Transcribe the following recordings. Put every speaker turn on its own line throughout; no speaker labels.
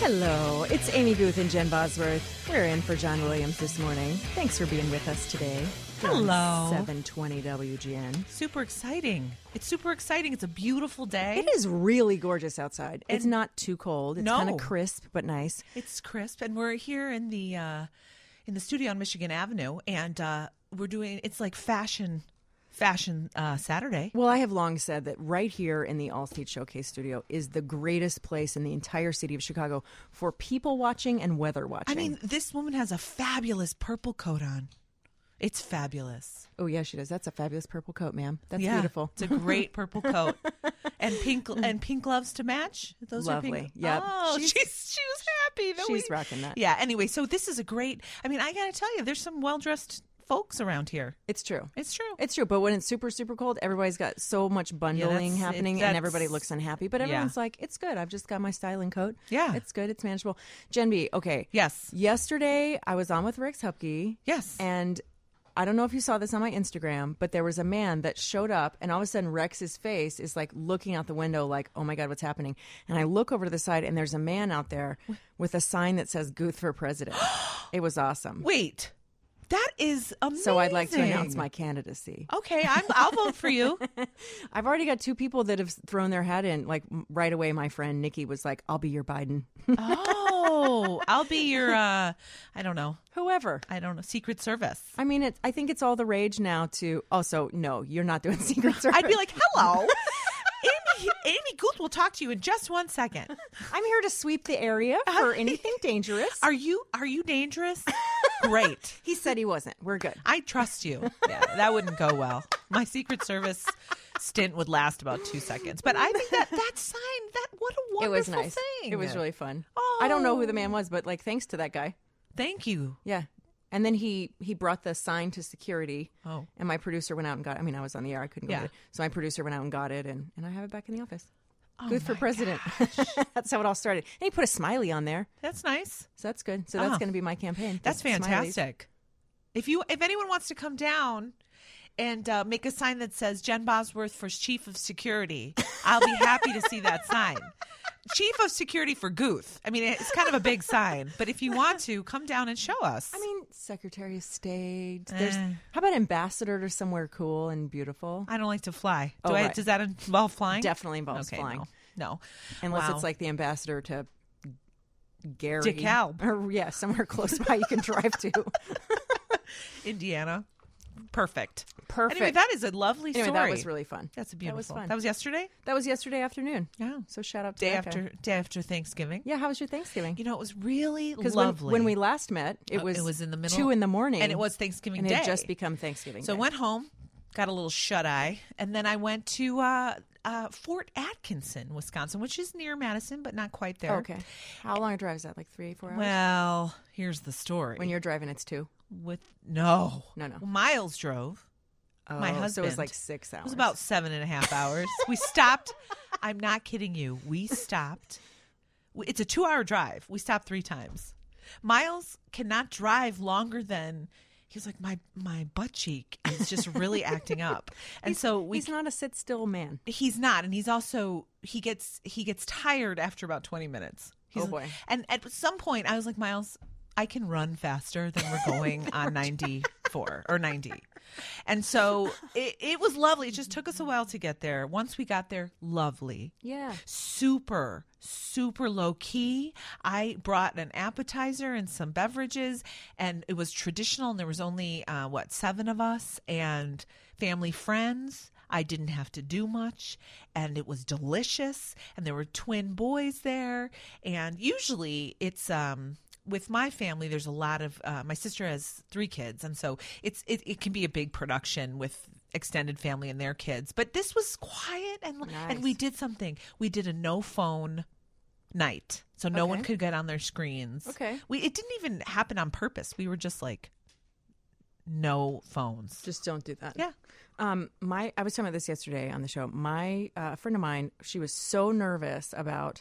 Hello, it's Amy Booth and Jen Bosworth. We're in for John Williams this morning. Thanks for being with us today.
Hello.
720 WGN.
Super exciting. It's super exciting. It's a beautiful day.
It is really gorgeous outside. it's
And-
not too cold. It's
No.
kind of crisp, but nice.
It's crisp and we're here in the uh in the studio on Michigan Avenue and uh we're doing it's like fashion fashion uh Saturday.
Well, I have long said that right here in the Allstate Showcase Studio is the greatest place in the entire city of Chicago for people watching and weather
I
watching.
mean, this woman has a fabulous purple coat on. It's fabulous.
oh, yeah, she does. That's a fabulous purple coat, ma'am. That's
yeah.
beautiful.
It's a great purple coat. and pink and pink gloves to match. Those are
Lovely.
pink.
Yep.
Oh,
She's-
she's, she was happy that
she's
we-
rocking that.
Yeah, anyway, so this is a great I mean, I got to tell you there's some well-dressed folks around here.
It's true.
It's true.
It's true, but when it's super, super cold, everybody's got so much bundling
that's-
happening
it-
and
that's-
everybody looks unhappy. But everyone's like, it's good. I've just got my styling coat.
Yeah.
It's good. It's manageable. Jen B, okay.
Yes.
Yesterday, I was on with Rex Hupke.
Yes.
And I don't know if you saw this on my Instagram, but there was a man that showed up, and all of a sudden, Rex's face is like looking out the window, like, oh my God, what's happening? And I look over to the side, and there's a man out there with a sign that says Guth for president. it was awesome.
Wait, that is amazing.
So I'd like to announce my candidacy.
Okay, I'm, I'll vote for you.
I've already got two people that have thrown their hat in. Like m- right away, my friend Nikki was like, "I'll be your Biden,
Oh, I'll be your. uh I don't know.
whoever."
I don't know. Secret Service.
I mean, it, I think it's all the rage now. To also, no, you're not doing Secret Service.
I'd be like, hello. Amy, Amy Gould will talk to you in just one second.
I'm here to sweep the area for anything dangerous.
Are you are you dangerous? Great.
he said he wasn't. We're good.
I trust you. Yeah, that wouldn't go well. My Secret Service stint would last about two seconds. But I think that that sign, that what a
It
wonderful
was nice.
thing.
It was really fun. I don't know who the
Oh.
man was, but like, thanks to that guy.
Thank you.
Yeah. And then he he brought the sign to security.
Oh.
And my producer went out and got. I mean, I was on the air. I couldn't
Yeah.
get it. So my producer went out and got it, and and I have it back in the office.
Oh
Booth for
my
president. that's how it all started. And he put a smiley on there.
That's nice.
So that's good. So that's
Ah.
going to be my campaign.
That's
Smileys.
fantastic. If you if anyone wants to come down and uh, make a sign that says Jen Bosworth for Chief of Security, I'll be happy to see that sign. Chief of Security for Gooth. I mean, it's kind of a big sign, but if you want to, come down and show us.
I mean, Secretary of State. There's
Eh.
how about ambassador to somewhere cool and beautiful?
I don't like to fly. Do
Oh,
I,
right.
Does that involve flying?
Definitely involves
okay,
flying,
No. no.
unless
Wow.
it's like the ambassador to Gary,
DeKalb.
or yeah, somewhere close by you can drive to.
Indiana. Perfect.
Perfect.
Anyway, that is a lovely
Anyway,
story.
that was really fun.
That's a
That was
beautiful.
fun.
That was yesterday.
That was yesterday afternoon.
Yeah.
So shout out to
Day
that guy.
after day after Thanksgiving.
Yeah, how was your Thanksgiving?
You know, it was really
Because
lovely.
when, when we last met, it
Uh,
was
it was in the middle-
two in the morning,
and it was Thanksgiving
and it
Day.
had just become Thanksgiving.
so I
Day.
went home, got a little shut eye, and then I went to uh, uh, Fort Atkinson, Wisconsin, which is near Madison, but not quite there.
Okay. How long a drive is that? Like three, four hours?
Well, here's the story.
when you're driving, it's two.
with no,
No, no.
Miles drove.
Oh,
My
So it was
husband.
like six hours.
It was about seven and a half hours. we stopped. I'm not kidding you. We stopped. We- It's a two hour drive. We stopped three times. Miles cannot drive longer than. He was like, my my butt cheek is just really acting up, and so we
He's not a sit still man.
he's not and he's also he gets he gets tired after about 20 minutes he's
Oh, boy.
and at some point i was like miles i can run faster than we're going on 94 or 90 and so it, it was lovely it just took us a while to get there once we got there lovely
Yeah.
super super low key i brought an appetizer and some beverages and it was traditional and there was only uh, what seven of us and family friends i didn't have to do much and it was delicious and there were twin boys there and usually it's um with my family there's a lot of uh, my sister has three kids and so it's it, it can be a big production with extended family and their kids but this was quiet and and we
Nice.
did something. We did a no phone night. So no one
Okay.
could get on their screens.
Okay.
We it didn't even happen on purpose. We were just like no phones.
Just don't do that.
yeah.
Um, my I was talking about this yesterday on the show. My uh, friend of mine, she was so nervous about,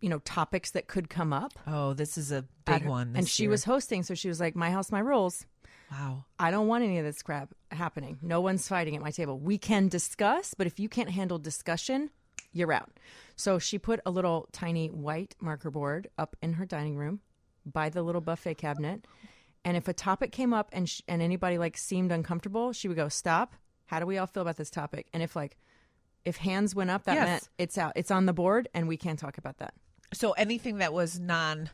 you know, topics that could come up.
Oh, this is a
at
big
her-
one.
and
this
she
year.
was hosting, so she was like, "My house, my rules."
wow.
I don't want any of this crap happening. No one's fighting at my table. We can discuss, but if you can't handle discussion, year round. So she put a little tiny white marker board up in her dining room by the little buffet cabinet. And if a topic came up and sh- and anybody like seemed uncomfortable, she would go, "Stop. How do we all feel about this topic?" And if like if hands went up, that
Yes.
meant it's out. It's on the board and we can't talk about that.
So anything that was non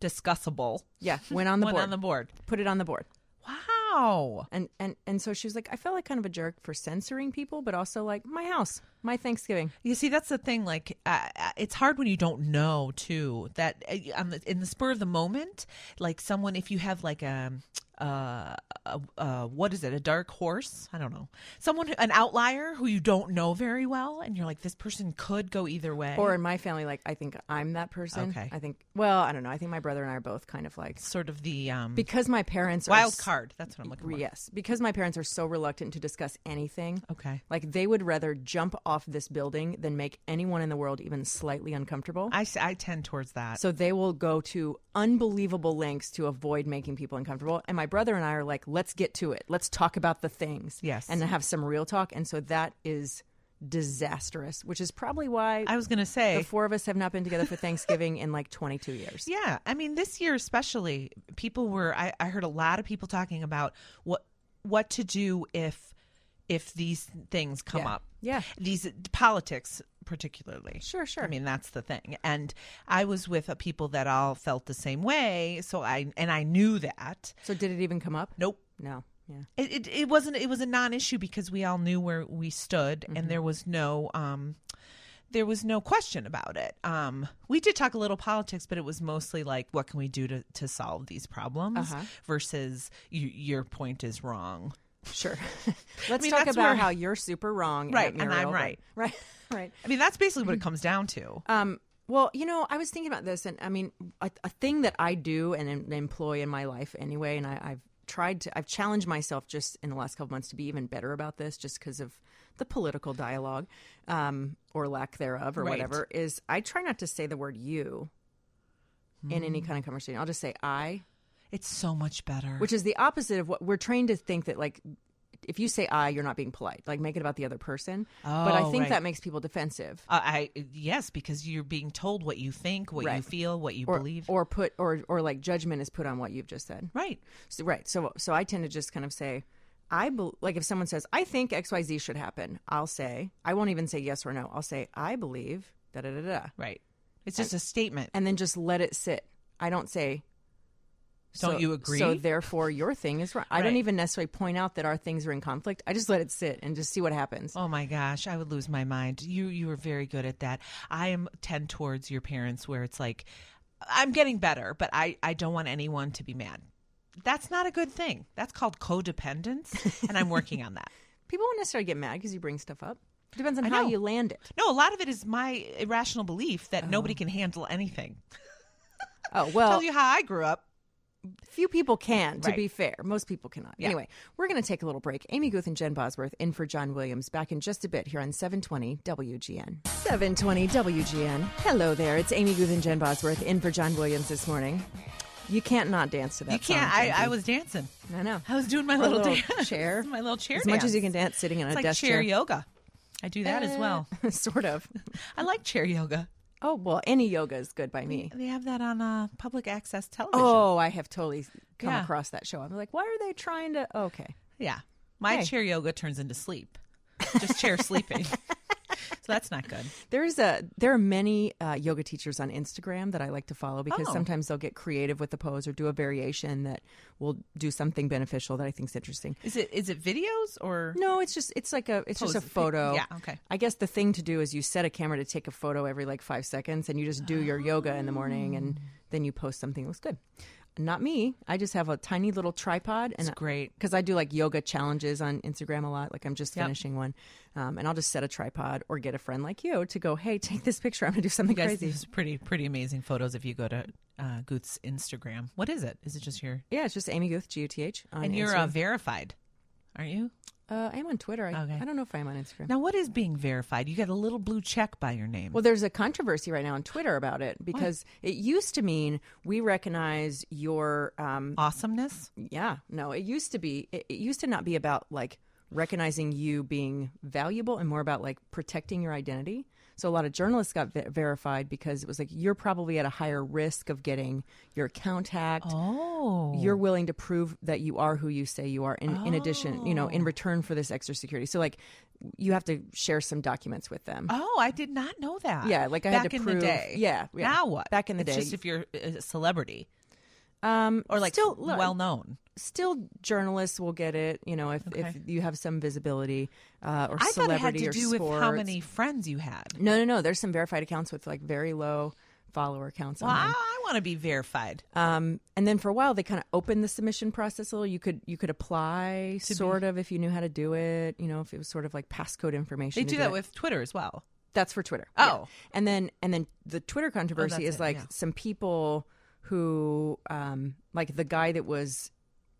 discussable
Yeah, went on the
went
board.
on the board.
put it on the board.
Wow.
And and and so she was like, I felt like kind of a jerk for censoring people, but also like my house, my Thanksgiving.
You see, that's the thing. Like, uh, uh, it's hard when you don't know too. That uh, on the, in the spur of the moment, like someone, if you have like a, uh, a, uh what is it? A dark horse? I don't know. Someone, who- an outlier who you don't know very well, and you're like, this person could go either way.
Or in my family, like I think I'm that person.
Okay.
I think well, I don't know. I think my brother and I are both kind of like
sort of the um,
because my parents are
wild
s-
card. That's what I'm looking for.
Yes, because my parents are so reluctant to discuss anything.
Okay.
Like they would rather jump off this building than make anyone in the world even slightly uncomfortable.
I, s- I tend towards that.
So they will go to unbelievable lengths to avoid making people uncomfortable. And my brother and I are like, let's get to it. Let's talk about the things.
Yes.
And have some real talk. And so that is disastrous, which is probably why
I was gonna say
the four of us have not been together for Thanksgiving in like 22 years.
Yeah, I mean, this year especially, people were. I, I heard a lot of people talking about what what to do if if these things come
Yeah.
up.
Yeah.
these politics particularly.
Sure, sure.
I mean, that's the thing. And I was with uh, people that all felt the same way. So I and I knew that.
So did it even come up?
Nope.
No. Yeah.
It, it, it wasn't it was a non-issue because we all knew where we stood
Mm-hmm.
and there was no um there was no question about it um we did talk a little politics but it was mostly like what can we do to, to solve these problems
Uh-huh.
versus you, your point is wrong
Sure. let's
mean,
talk
that's
about
where-
how you're super wrong.
Right,
at
and I'm
Muriel, but-
right.
Right. Right.
i mean that's basically what
Mm-hmm.
it comes down to
Um, well, you know, I was thinking about this, and I mean, a, a thing that I do and em- employ in my life anyway, and I, I've tried to, I've challenged myself just in the last couple months to be even better about this, just because of the political dialogue um, or lack thereof or
Right.
whatever. Is I try not to say the word "you" in any
Hmm.
kind of conversation. I'll just say "I,"
it's so much better
which is the opposite of what we're trained to think that like. If you say "I," you're not being polite. Like make it about the other person. but I
Oh,
think
right.
that makes people defensive.
uh, i yes because you're being told what you think what you
Right.
feel what you
or,
believe
or put or or like judgment is put on what you've just said
right
so, right so so i tend to just kind of say i bel like if someone says i think xyz should happen i'll say i won't even say yes or no i'll say i believe da da da da
right it's just a statement
and then just let it sit i don't say
Don't
so-
you agree?
so therefore your thing is right i don't
Right.
even necessarily point out that our things are in conflict i just let it sit and just see what happens
Oh my gosh, I would lose my mind. You you were very good at that. I am tend towards your parents where it's like I'm getting better, but I I don't want anyone to be mad. That's not a good thing. That's called codependence, and I'm working on that.
people won't necessarily get mad because you bring stuff up depends on
I
how
know.
you land it
No, a lot of it is my irrational belief that nobody can handle anything.
oh well
Tell you how I grew up.
Few people can, to
Right.
be fair. Most people cannot. Anyway, we're going to take a little break. Amy Guth and Jen Bosworth in for John Williams back in just a bit here on 720 WGN. 720 WGN. Hello there. It's Amy Guth and Jen Bosworth in for John Williams this morning. You can't not dance to that
You can't.
song,
I, I
Jen.
was dancing.
I know.
I was doing my
Her
little,
little
dance.
chair.
My little chair.
As much as you can
dance.
dance sitting in a
It's like
desk
chair
chair.
yoga. I do that as well.
sort of.
I like chair yoga.
Oh, well, any yoga is good by me.
They have that on uh, public access television.
Oh, I have totally come
Yeah.
across that show. I'm like, why are they trying to? Okay.
Yeah. My
Hey.
chair yoga turns into sleep. Just chair sleeping. So that's not good.
There's a there are many uh, yoga teachers on Instagram that I like to follow because
Oh.
sometimes they'll get creative with the pose or do a variation that will do something beneficial that I think is interesting.
Is it is it videos or
No, it's just it's like a it's just a
Poses.
photo.
Yeah, okay.
I guess the thing to do is you set a camera to take a photo every like five seconds, and you just do your yoga in the morning,
Oh.
and then you post something that looks good. Not me. I just have a tiny little tripod, and
great.
because I do like yoga challenges on Instagram a lot. Like I'm just
Yep.
finishing one, um, and I'll just set a tripod or get a friend like you to go. Hey, take this picture. I'm gonna do something
You guys,
crazy.
there's pretty pretty amazing photos if you go to uh, Guth's Instagram. What is it? Is it just your
Yeah, it's just Amy Guth, G U T H. on
and you're uh,
Instagram.
verified, aren't you?
Uh, I am on Twitter. I,
Okay.
I don't know if I'm on Instagram.
Now, what is being verified? You get a little blue check by your name.
Well, there's a controversy right now on Twitter about it because it used to mean we recognize your um,
Awesomeness.
Yeah, no, it used to be. It, it used to not be about like recognizing you being valuable and more about like protecting your identity. So a lot of journalists got ver- verified because it was like you're probably at a higher risk of getting your account hacked.
Oh.
You're willing to prove that you are who you say you are. In in addition, you know,
Oh.
in return for this extra security. So like, you have to share some documents with them.
Oh, I did not know that.
Yeah, like I
back
had to
in
prove-
the day.
yeah, yeah.
Now what?
Back in the
It's
day.
just if you're a celebrity
um,
or like
still look,
well known.
still journalists will get it. You know, if if
Okay.
you have some visibility uh, or
I thought it had
celebrity
to do
or
with
sports.
how many friends you had.
No, no, no. There's some verified accounts with like very low follower counts.
Well,
on them.
I, I want to be verified.
Um, and then for a while, they kind of opened the submission process a little. You could you could apply sort of if you knew how to do it. You know, if it was sort of like passcode information.
They
to
do that
it.
with Twitter as well.
That's for Twitter.
Oh.
and then and then the Twitter controversy is
that's it,
like
yeah.
some people who um like the guy that was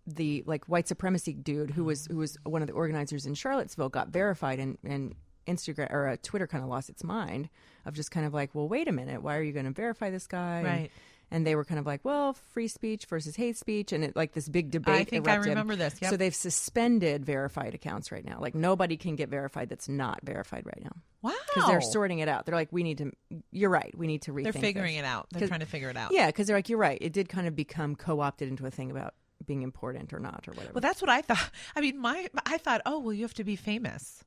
the like white supremacy dude who was who was one of the organizers in Charlottesville got verified and and Instagram or uh, Twitter kind of lost its mind of just kind of like well wait a minute why are you going to verify this guy And-
Right.
And they were kind of like, well, free speech versus hate speech, and it like this big debate.
think I
erupted.
remember this, yep.
So they've suspended verified accounts right now. Like nobody can get verified that's not verified right now
Wow.
because they're sorting it out. They're like, we need to. You're right. We need to rethink.
They're figuring
this.
it out. They're
'Cause-
trying to figure it out.
Yeah, because they're like, you're right. It did kind of become co-opted into a thing about being important or not or whatever.
Well, that's what I thought. I mean, my I thought, oh, well, you have to be famous.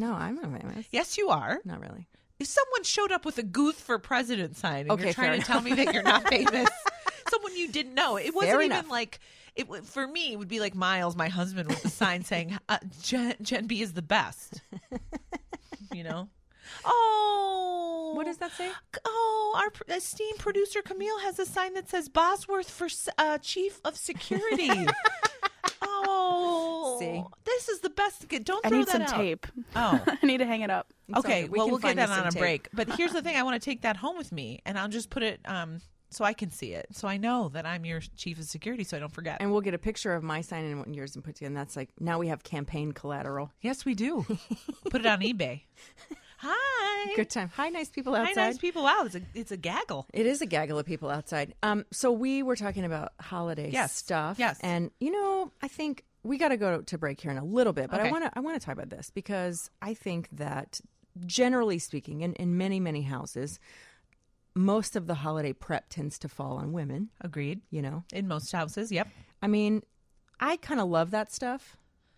no, I'm not famous.
Yes, you are.
Not really.
If someone showed up with a Gooth for President sign and
Okay,
you're trying
fair
to tell me that you're not famous, someone you didn't know, it wasn't
Fair
even
enough.
like it. w- For me, it would be like Miles, my husband, with the sign saying uh, Gen, Gen B is the best. you know. Oh,
What does that say?
Oh, our pr- esteemed producer Camille has a sign that says Bosworth for s- uh, Chief of Security. oh,
See?
this is the best. Don't
I
throw
need
that
some
out.
tape.
Oh.
I need to hang it up.
It's all
okay,
good. We
well,
can
we'll get
find you
that on
some
a
tape.
break. But here's the thing: I want to take that home with me, and I'll just put it um, so I can see it, so I know that I'm your chief of security, so I don't forget.
And we'll get a picture of my sign and yours and put together. And that's like now we have campaign collateral.
yes, we do. put it on eBay. Hi,
Good time. Hi, nice people
hi,
outside.
nice people. Wow, it's a it's a gaggle.
It is a gaggle of people outside. Um, so we were talking about holiday
Yes.
stuff.
Yes.
And you know, I think we got to go to break here in a little bit, but I
Okay.
want to I want to talk about this because I think that generally speaking, in, in many many houses, most of the holiday prep tends to fall on women.
Agreed.
You know,
In most houses, yep.
I mean, I kind of love that stuff.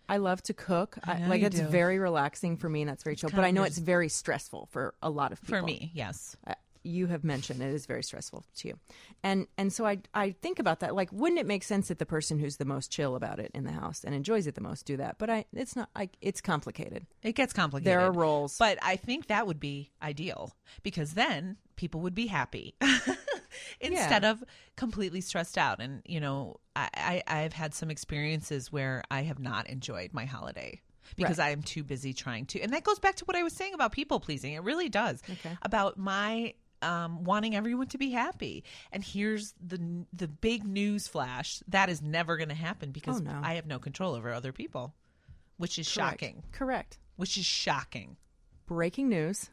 I love to cook. I
know
like
you
it's
do.
very relaxing for me, and that's very chill. But
kind
I
of
know
your-
it's very stressful for a lot of people
For me, yes.
uh, you have mentioned it is very stressful to you and and so i i think about that like wouldn't it make sense that the person who's the most chill about it in the house and enjoys it the most do that but i it's not like it's complicated
It gets complicated.
there are roles
But I think that would be ideal because then people would be happy instead of completely stressed out. And, you know, I, I, I've had some experiences where I have not enjoyed my holiday because I am too busy trying to. And that goes back to what I was saying about people pleasing. It really does.
Okay.
About my. Um, wanting everyone to be happy, and here's the the big news flash that is never going to happen because
Oh, no.
I have no control over other people, which is
Correct.
shocking.
correct
Which is shocking.
breaking news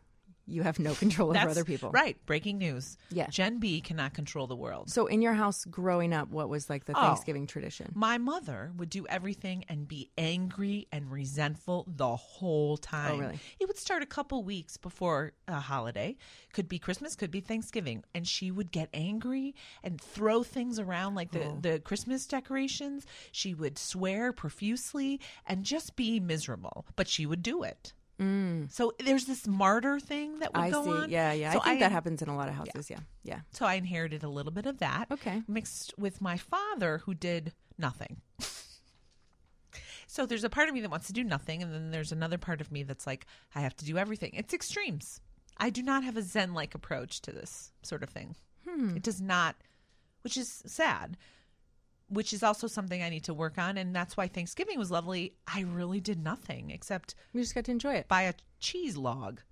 you have no control over
That's
other people
Right. Breaking news.
Yeah.
Gen B cannot control the world.
so in your house growing up what was like the
Oh.
thanksgiving tradition
My mother would do everything and be angry and resentful the whole time.
Oh, really?
It would start a couple weeks before a holiday. Could be Christmas, could be Thanksgiving. And she would get angry and throw things around like the,
Oh.
the Christmas decorations. She would swear profusely and just be miserable. But she would do it. So there's this martyr thing that would
Mm. i see
go on.
yeah yeah
So
i think that
am-
happens in a lot of houses yeah yeah,
So I inherited a little bit of that.
Okay.
Mixed with my father who did nothing. so there's a part of me that wants to do nothing and then there's another part of me that's like I have to do everything. It's extremes. I do not have a zen like approach to this sort of thing.
Hmm.
It does not which is sad. Which is also something I need to work on and that's why Thanksgiving was lovely. I really did nothing except
we just got to enjoy it
buy a cheese log.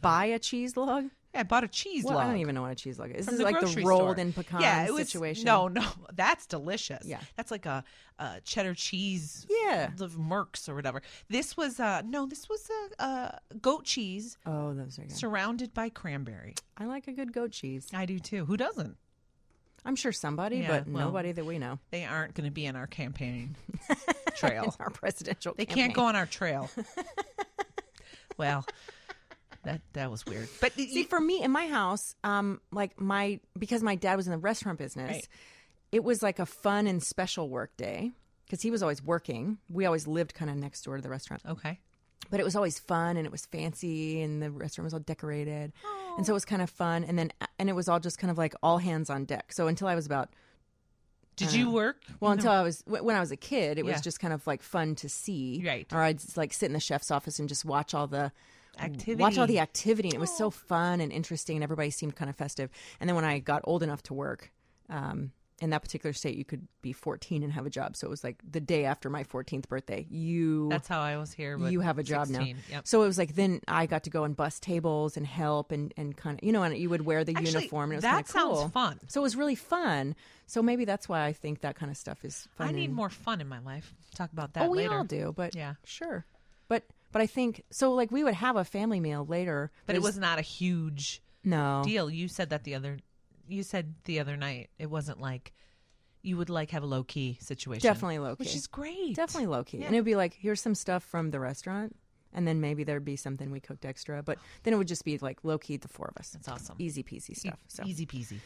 buy a cheese log
Yeah, I bought a cheese
well,
log.
i don't even know what a cheese log is
from
this is like the
grocery
rolled
store.
in pecan
yeah, it was,
situation
No, no, that's delicious.
Yeah.
that's like a, a cheddar cheese.
Yeah.
the Merck's or whatever. This was uh no, this was a, a goat cheese
oh those are good
surrounded by cranberry.
I like a good goat cheese.
I do too. Who doesn't?
I'm sure somebody,
Yeah,
but
well,
nobody that we know.
They aren't going to be in our campaign trail.
Our presidential
They can't go on our trail. well, That that was weird. But
See, for me in my house, um, like my because my dad was in the restaurant business,
Right.
it was like a fun and special work day because he was always working. We always lived kind of next door to the restaurant,
okay.
but it was always fun and it was fancy and the restaurant was all decorated, and so it was kind of fun. And then and it was all just kind of like all hands on deck. So until I was about
Did you work?
Uh, well, until I was wh- when I was a kid, it
Yeah.
was just kind of like fun to see,
Right.
Or I'd just, like sit in the chef's office and just watch all the
Activity. Oh.
watch all the activity. And it was so fun and interesting, and everybody seemed kind of festive. And then when I got old enough to work, um, in that particular state, you could be 14 and have a job. So it was like the day after my 14th birthday. You
That's how I was here. with
you have a job
16.
now.
Yep.
So it was like then I got to go and bus tables and help and and kind of you know and you would wear the
Actually,
uniform and it was kind
that
of cool.
sounds fun.
So it was really fun. So maybe that's why I think that kind of stuff is fun.
I need
and-
more fun in my life. Talk about that
Oh, we
later.
all do, but
Yeah.
sure. But but I think so. Like we would have a family meal later,
But it was not a huge
no.
deal. You said that the other you said the other night. It wasn't like you would like have a low key situation.
Definitely low
Which
key.
is great.
Definitely low key. And it would be like, here's some stuff from the restaurant. And then maybe there'd be something we cooked extra. But then it would just be like low key, the four of us.
That's awesome. E
Easy peasy stuff. So
Easy peasy.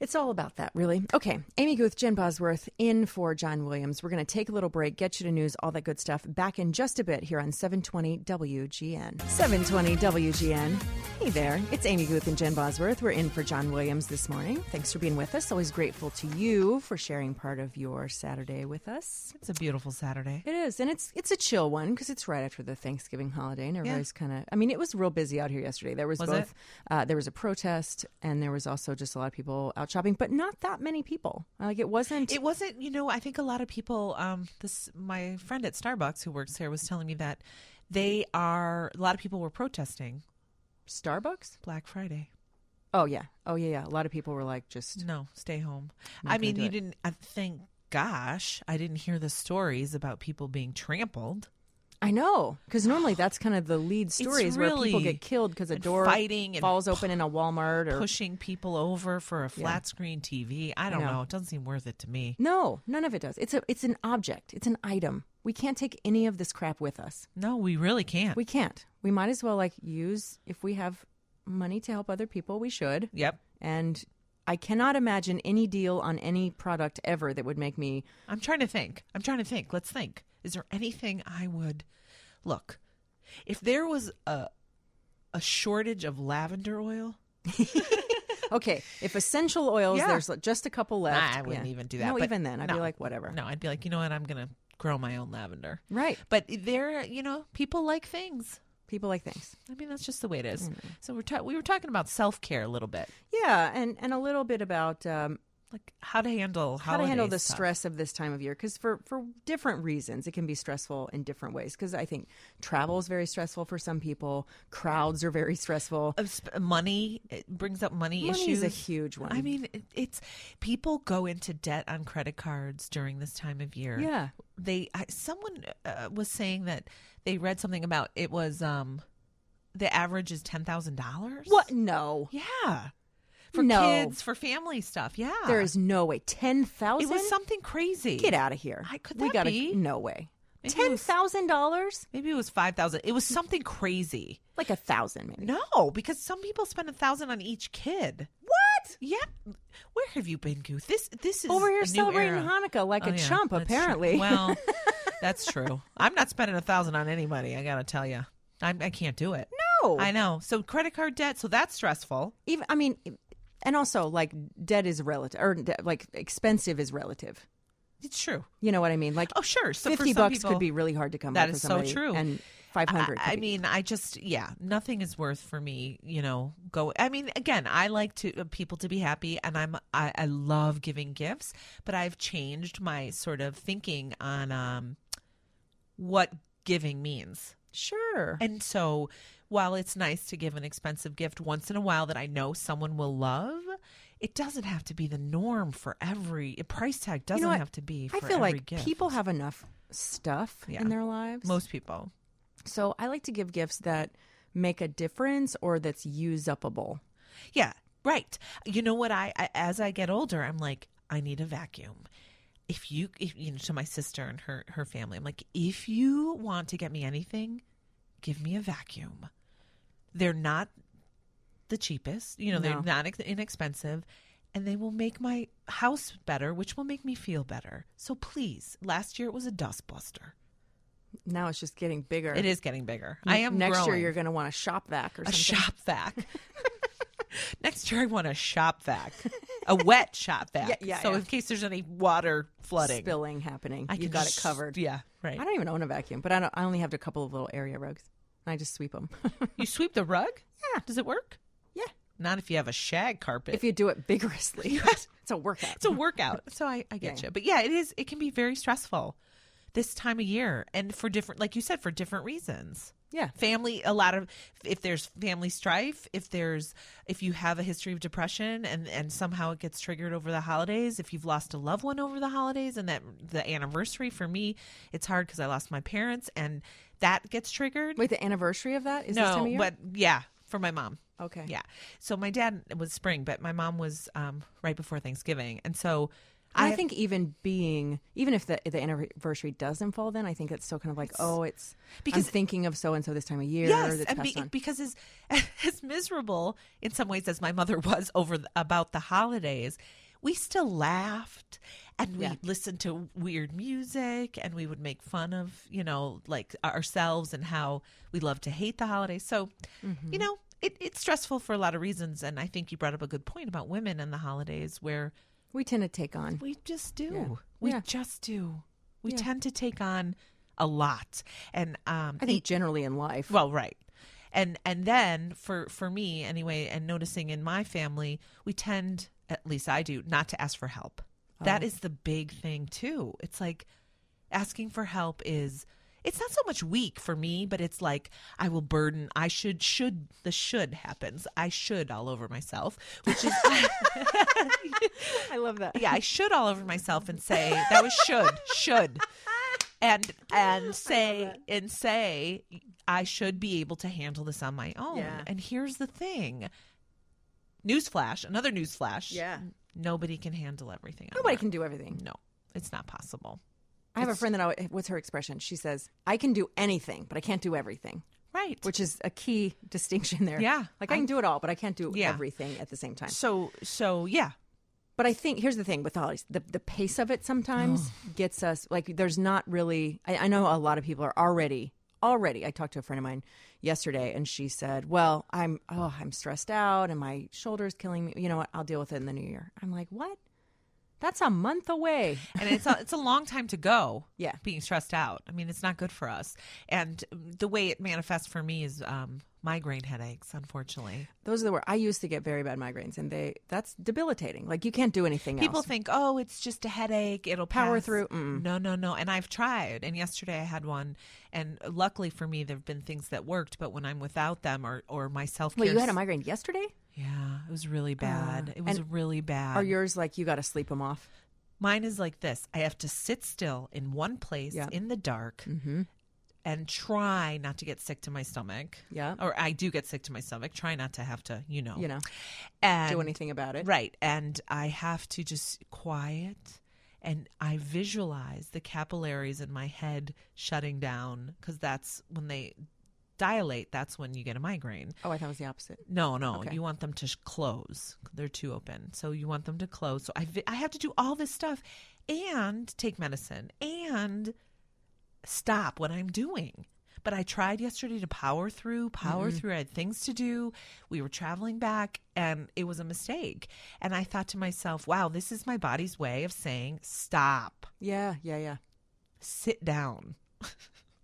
it's all about that, really. Okay. Amy Guth, Jen Bosworth, in for John Williams. We're going to take a little break, get you to news, all that good stuff. Back in just a bit here on 720 WGN. 720 WGN. Hey there. It's Amy Guth and Jen Bosworth. We're in for John Williams this morning. Thanks for being with us. Always grateful to you for sharing part of your Saturday with us.
It's a beautiful Saturday.
It is, and it's it's a chill one because it's right after the Thanksgiving holiday, and everybody's kind of. I mean, it was real busy out here yesterday. There was,
Was
both uh, there was a protest, and there was also just a lot of people out shopping, but not that many people. Like it wasn't.
It wasn't, you know, I think a lot of people um this my friend at Starbucks who works here was telling me that they are a lot of people were protesting
Starbucks.
Black Friday.
Oh yeah, oh yeah, yeah. A lot of people were like just
No, stay home.
Not
I
gonna
mean,
do
you
it.
didn't. I think, gosh, I didn't hear the stories about people being trampled,
I know because normally that's kind of the lead story is where people
really-
get killed because a
and
door
fighting and
falls open in a Walmart or
pushing people over for a flat screen TV. I don't
know.
know. It doesn't seem worth it to me.
no, none of it does. It's a it's an object. It's an item. We can't take any of this crap with us.
No, we really can't.
We can't. We might as well like use if we have money to help other people, we should.
yep.
And I cannot imagine any deal on any product ever that would make me
I'm trying to think. I'm trying to think. Let's think. Is there anything I would look? If there was a a shortage of lavender oil,
okay. If essential oils,
Yeah.
there's just a couple left.
I wouldn't
yeah.
even do that.
No,
but
even then, I'd be
no.
like, whatever.
No, I'd be like, you know what? I'm gonna grow my own lavender.
Right.
But there, you know, people like things.
People like things.
I mean, that's just the way it is.
Mm-hmm.
So we're ta- we were talking about self care a little bit,
Yeah, and and a little bit about um,
like how to handle
how to handle
holiday
the
stuff.
stress of this time of year because for for different reasons it can be stressful in different ways because i think travel is very stressful for some people crowds are very stressful
Of sp- money it brings up money,
Money
issues.
is a huge one
I mean, it- it's people go into debt on credit cards during this time of year.
Yeah.
they I, someone uh, was saying that they read something about it was um the average is ten thousand dollars.
What? No.
Yeah, for
No.
kids, for family stuff. Yeah,
There is no way. 10,000?
It was something crazy.
Get out of here.
I- could
we
that
gotta,
be?
No way.
Maybe it was-
$10,000?
Maybe it was five thousand. It was something crazy.
Like a thousand, maybe.
No, because some people spend a thousand on each kid.
What?
Yeah, where have you been, Gooth? This this is
Over
a
here
new
celebrating
era.
Hanukkah like
Oh,
a
yeah,
chump,
that's true.
apparently.
Well, that's true. I'm not spending a thousand on anybody. I gotta tell you, I, I can't do it.
no.
I know. So credit card debt. So that's stressful.
Even, I mean, and also, like, debt is relative, or de- like, expensive is relative.
It's true.
You know what I mean? Like,
Oh, sure. So
50
for some
bucks
people,
could be really hard to come
That
up
is
for
so
somebody,
true.
And 500
I, I
could be.
mean, I just yeah, nothing is worth for me. You know, go. I mean, again, I like to uh, people to be happy, and I'm I, I love giving gifts, but I've changed my sort of thinking on um what giving means.
sure.
And so, while it's nice to give an expensive gift once in a while that I know someone will love, it doesn't have to be the norm for every. A price tag doesn't
you know what?
have to be. For
I feel
every
like
gift.
people have enough stuff
Yeah.
in their lives.
most people.
So I like to give gifts that make a difference or that's use upable.
Yeah, right. You know what? I, I as I get older, I'm like, I need a vacuum. If you, if you know, to my sister and her her family, I'm like, if you want to get me anything, give me a vacuum. They're not the cheapest. You know,
No.
they're not ex- inexpensive. And they will make my house better, which will make me feel better. So please, last year it was a dustbuster.
Now it's just getting bigger.
It is getting bigger. I am
Next year,
growing.
you're going to want to shop vac or
a
something.
shop vac. Next year, I want a shop vac, a wet shop vac.
Yeah, yeah,
so
yeah.
in case there's any water flooding,
spilling happening.
I
you
can
got
just-
it covered.
Yeah, right.
I don't even own a vacuum, but I don't. I only have a couple of little area rugs. I just sweep them.
You sweep the rug? Yeah. Does it work?
yeah,
Not if you have a shag carpet.
if you do it vigorously, it's a workout.
it's a workout. So I, I get
Yeah.
you. But yeah, it is. It can be very stressful this time of year, and for different, like you said, for different reasons.
yeah,
Family, a lot of if there's family strife, if there's if you have a history of depression and and somehow it gets triggered over the holidays, if you've lost a loved one over the holidays and that the anniversary for me, it's hard because I lost my parents and that gets triggered.
Wait, the anniversary of that is this time of
no,
year?
but yeah, for my mom.
okay,
Yeah. So my dad it was spring, but my mom was um, right before Thanksgiving, and so
And I,
I, think
think even being, even if the the anniversary doesn't fall, then I think it's still kind of like, oh, it's because
because-
I'm thinking of so and so this time of year.
yes,
that's
and
passed
be,
on.
because as as miserable in some ways as my mother was over the, about the holidays, we still laughed and we
Yeah.
listened to weird music and we would make fun of you know like ourselves and how we love to hate the holidays. So
Mm-hmm.
you know. It, it's stressful for a lot of reasons, and I think you brought up a good point about women and the holidays, where
we tend to take on.
We just do. We
Yeah.
just do. We
Yeah.
tend to take on a lot, and um,
I think generally in life,
well, right, and and then for for me anyway, and noticing in my family, we tend, at least I do, not to ask for help. That is the big thing too. It's like asking for help is. It's not so much weak for me, but it's like I will burden. I should should the should happens. I should all over myself, which is
I love that.
yeah, I should all over myself and say that was should, should. And and say and say I should be able to handle this on my own.
Yeah.
And here's the thing. Newsflash, another newsflash.
Yeah.
Nobody can handle everything. on
Nobody
their-
can do everything.
No, it's not possible.
I have a friend that I, what's her expression? She says, "I can do anything, but I can't do everything,"
Right.
which is a key distinction there.
Yeah.
like I can do it all, but I can't do
Yeah.
everything at the same time.
so so yeah.
But I think here's the thing with holidays: the the pace of it sometimes gets us like there's not really. I, I know a lot of people are already already. I talked to a friend of mine yesterday, and she said, "Well, I'm oh I'm stressed out, and my shoulder's killing me. You know what? I'll deal with it in the new year." I'm like, "What? That's a month away."
and it's a, it's a long time to go.
Yeah.
being stressed out. I mean, it's not good for us. And the way it manifests for me is um, migraine headaches. Unfortunately,
Those are the words I used to get very bad migraines, and they that's debilitating. Like you can't do anything
people
else.
think, oh, it's just a headache. It'll
Power
pass."
through. Mm.
No, no, no. And I've tried. And yesterday I had one. And luckily for me, there have been things that worked. But when I'm without them or or my self care,
Wait, you had a migraine yesterday?
yeah, it was really bad. it was really bad.
Are yours like you got to sleep them off?
Mine is like this. I have to sit still in one place
Yeah. Mm.
in the dark
Mm-hmm,
and try not to get sick to my stomach.
Yeah.
Or I do get sick to my stomach. Try not to have to, you know.
You know,
and,
do anything about it?
Right. And I have to just quiet and I visualize the capillaries in my head shutting down because that's when they dilate. That's when you get a migraine.
Oh, I thought it was the opposite.
No, no.
Okay.
You want them to sh- close. They're too open. So you want them to close. So I, vi- I have to do all this stuff and take medicine and stop what I'm doing. But I tried yesterday to power through, power
Mm-hmm.
through. I had things to do. We were traveling back and it was a mistake. And I thought to myself, wow, this is my body's way of saying stop,
Yeah, yeah, yeah.
sit down.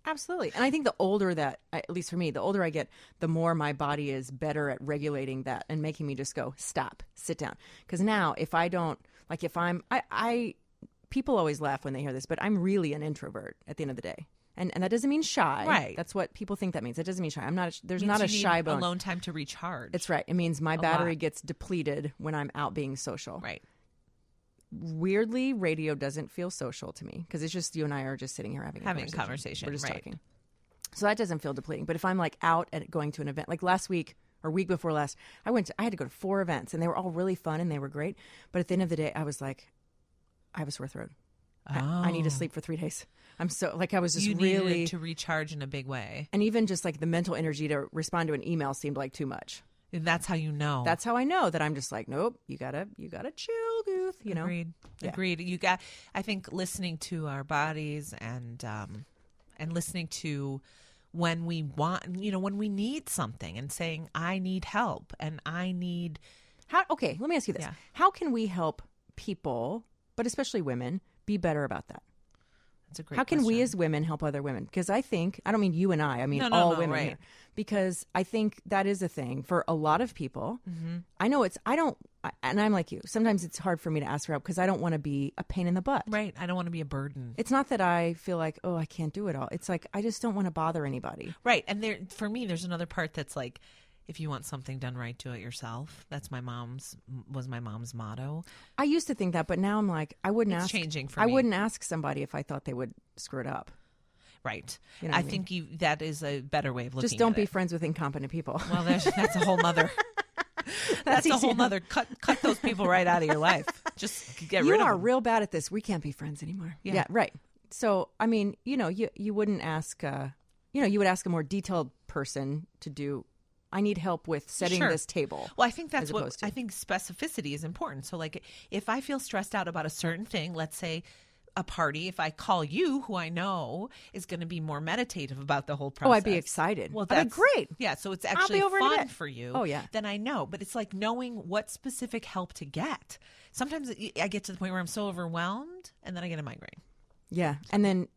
Absolutely. And I think the older that, at least for me, the older I get, the more my body is better at regulating that and making me just go, stop, sit down. Because now, if I don't, like if I'm, I, I, people always laugh when they hear this, but I'm really an introvert at the end of the day. And, and that doesn't mean shy.
Right.
That's what people think that means. It doesn't mean shy. I'm not, a, there's
Means
not
you
a
need
shy bone.
Alone time to recharge.
It's right. It means my battery
lot.
gets depleted when I'm out being social.
right.
Weirdly, radio doesn't feel social to me because it's just you and I are just sitting here having a
Having a
conversation.
conversation,
We're just
right.
talking. So that doesn't feel depleting. But if I'm like out and going to an event, like last week or week before last, I went. To, I had to go to four events, and they were all really fun and they were great. But at the end of the day, I was like, I have a sore throat. I, I need to sleep for three days. I'm so like I was just
Oh. you needed
really
to recharge in a big way.
and even just like the mental energy to respond to an email seemed like too much.
And that's how you know.
That's how I know that I'm just like, nope, you gotta you gotta chill, Gooth. You know,
agreed. Agreed. You got. I think listening to our bodies and um, and listening to when we want, you know, when we need something, and saying, "I need help," and I need.
how? Okay, let me ask you this:
Yeah.
How can we help people, but especially women, be better about that?
That's a great.
How can we
question.
as women help other women? Because I think, I don't mean you and I, I mean
No, no,
all
no,
women
right.
here. Because I think that is a thing for a lot of people.
Mm-hmm.
I know it's, I don't, I- and I'm like you. Sometimes it's hard for me to ask for help because I don't want to be a pain in the butt.
Right. I don't want to be a burden.
It's not that I feel like, oh, I can't do it all. It's like, I just don't want to bother anybody.
Right. And there for me there's another part that's like if you want something done right, do it yourself. That's my mom's was my mom's motto.
I used to think that, but now I'm like, I wouldn't
It's
ask.
changing for
I
me.
wouldn't ask somebody if I thought they would screw it up.
Right.
You know what
I
I mean?
think you that is a better way of looking
Just don't
at
be
it.
friends with incompetent people.
Well, there's, that's a whole nother That's, a
easy
whole
enough.
nother cut cut those people right out of your life. Just get
you
rid of
are
them.
real bad at this. We can't be friends anymore.
Yeah.
Yeah, right. So I mean, you know, you you wouldn't ask, uh, you know, you would ask a more detailed person to do. I need help with setting
Sure.
this table.
Well, I think that's
as
what
opposed to-
I think specificity is important. So, like, if I feel stressed out about a certain thing, let's say a party, if I call you, who I know is going to be more meditative about the whole process.
Oh, I'd be excited.
Well,
I'd
that's
be great.
Yeah, so it's
be
actually
over in a
fun
bit.
for you.
Oh, yeah.
Then I know, but it's like knowing what specific help to get. Sometimes I- I get to the point where I'm so overwhelmed, and then I get a migraine.
Yeah, and then,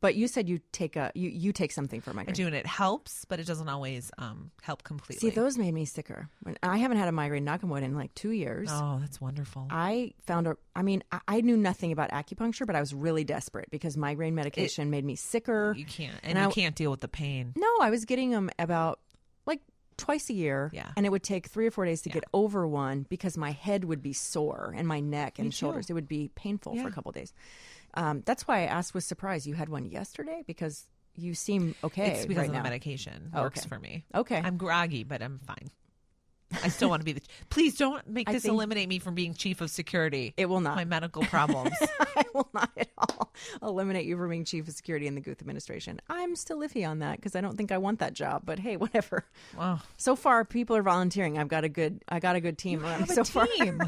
but you said you take a you you take something for
I
migraine.
do, and it helps, but it doesn't always um, help completely.
See, those made me sicker. When I haven't had a migraine, knock on wood, in like two years.
oh, that's wonderful.
I found a. I mean, I, I knew nothing about acupuncture, but I was really desperate because migraine medication made me sicker.
you can't, and,
and
you
I-
can't deal with the pain.
No, I was getting them about like twice a year.
Yeah.
And it would take three or four days to get over one because my head would be sore and my neck and shoulders. It would be painful for
Yeah.
a couple days. Um, that's why I asked with surprise you had one yesterday because you seem okay
It's because
eh, right
of the
now.
medication
Oh,
works
okay.
for me.
Okay.
I'm groggy, but I'm fine. I still want to be the. Please don't make
I
this
think-
eliminate me from being chief of security.
it will
my
not.
medical problems.
I will not at all eliminate you from being chief of security in the Guth administration. I'm still iffy on that because I don't think I want that job. But hey, whatever.
wow.
So far, people are volunteering. I've got a good. I got a good team around me
Have a
so far.
team.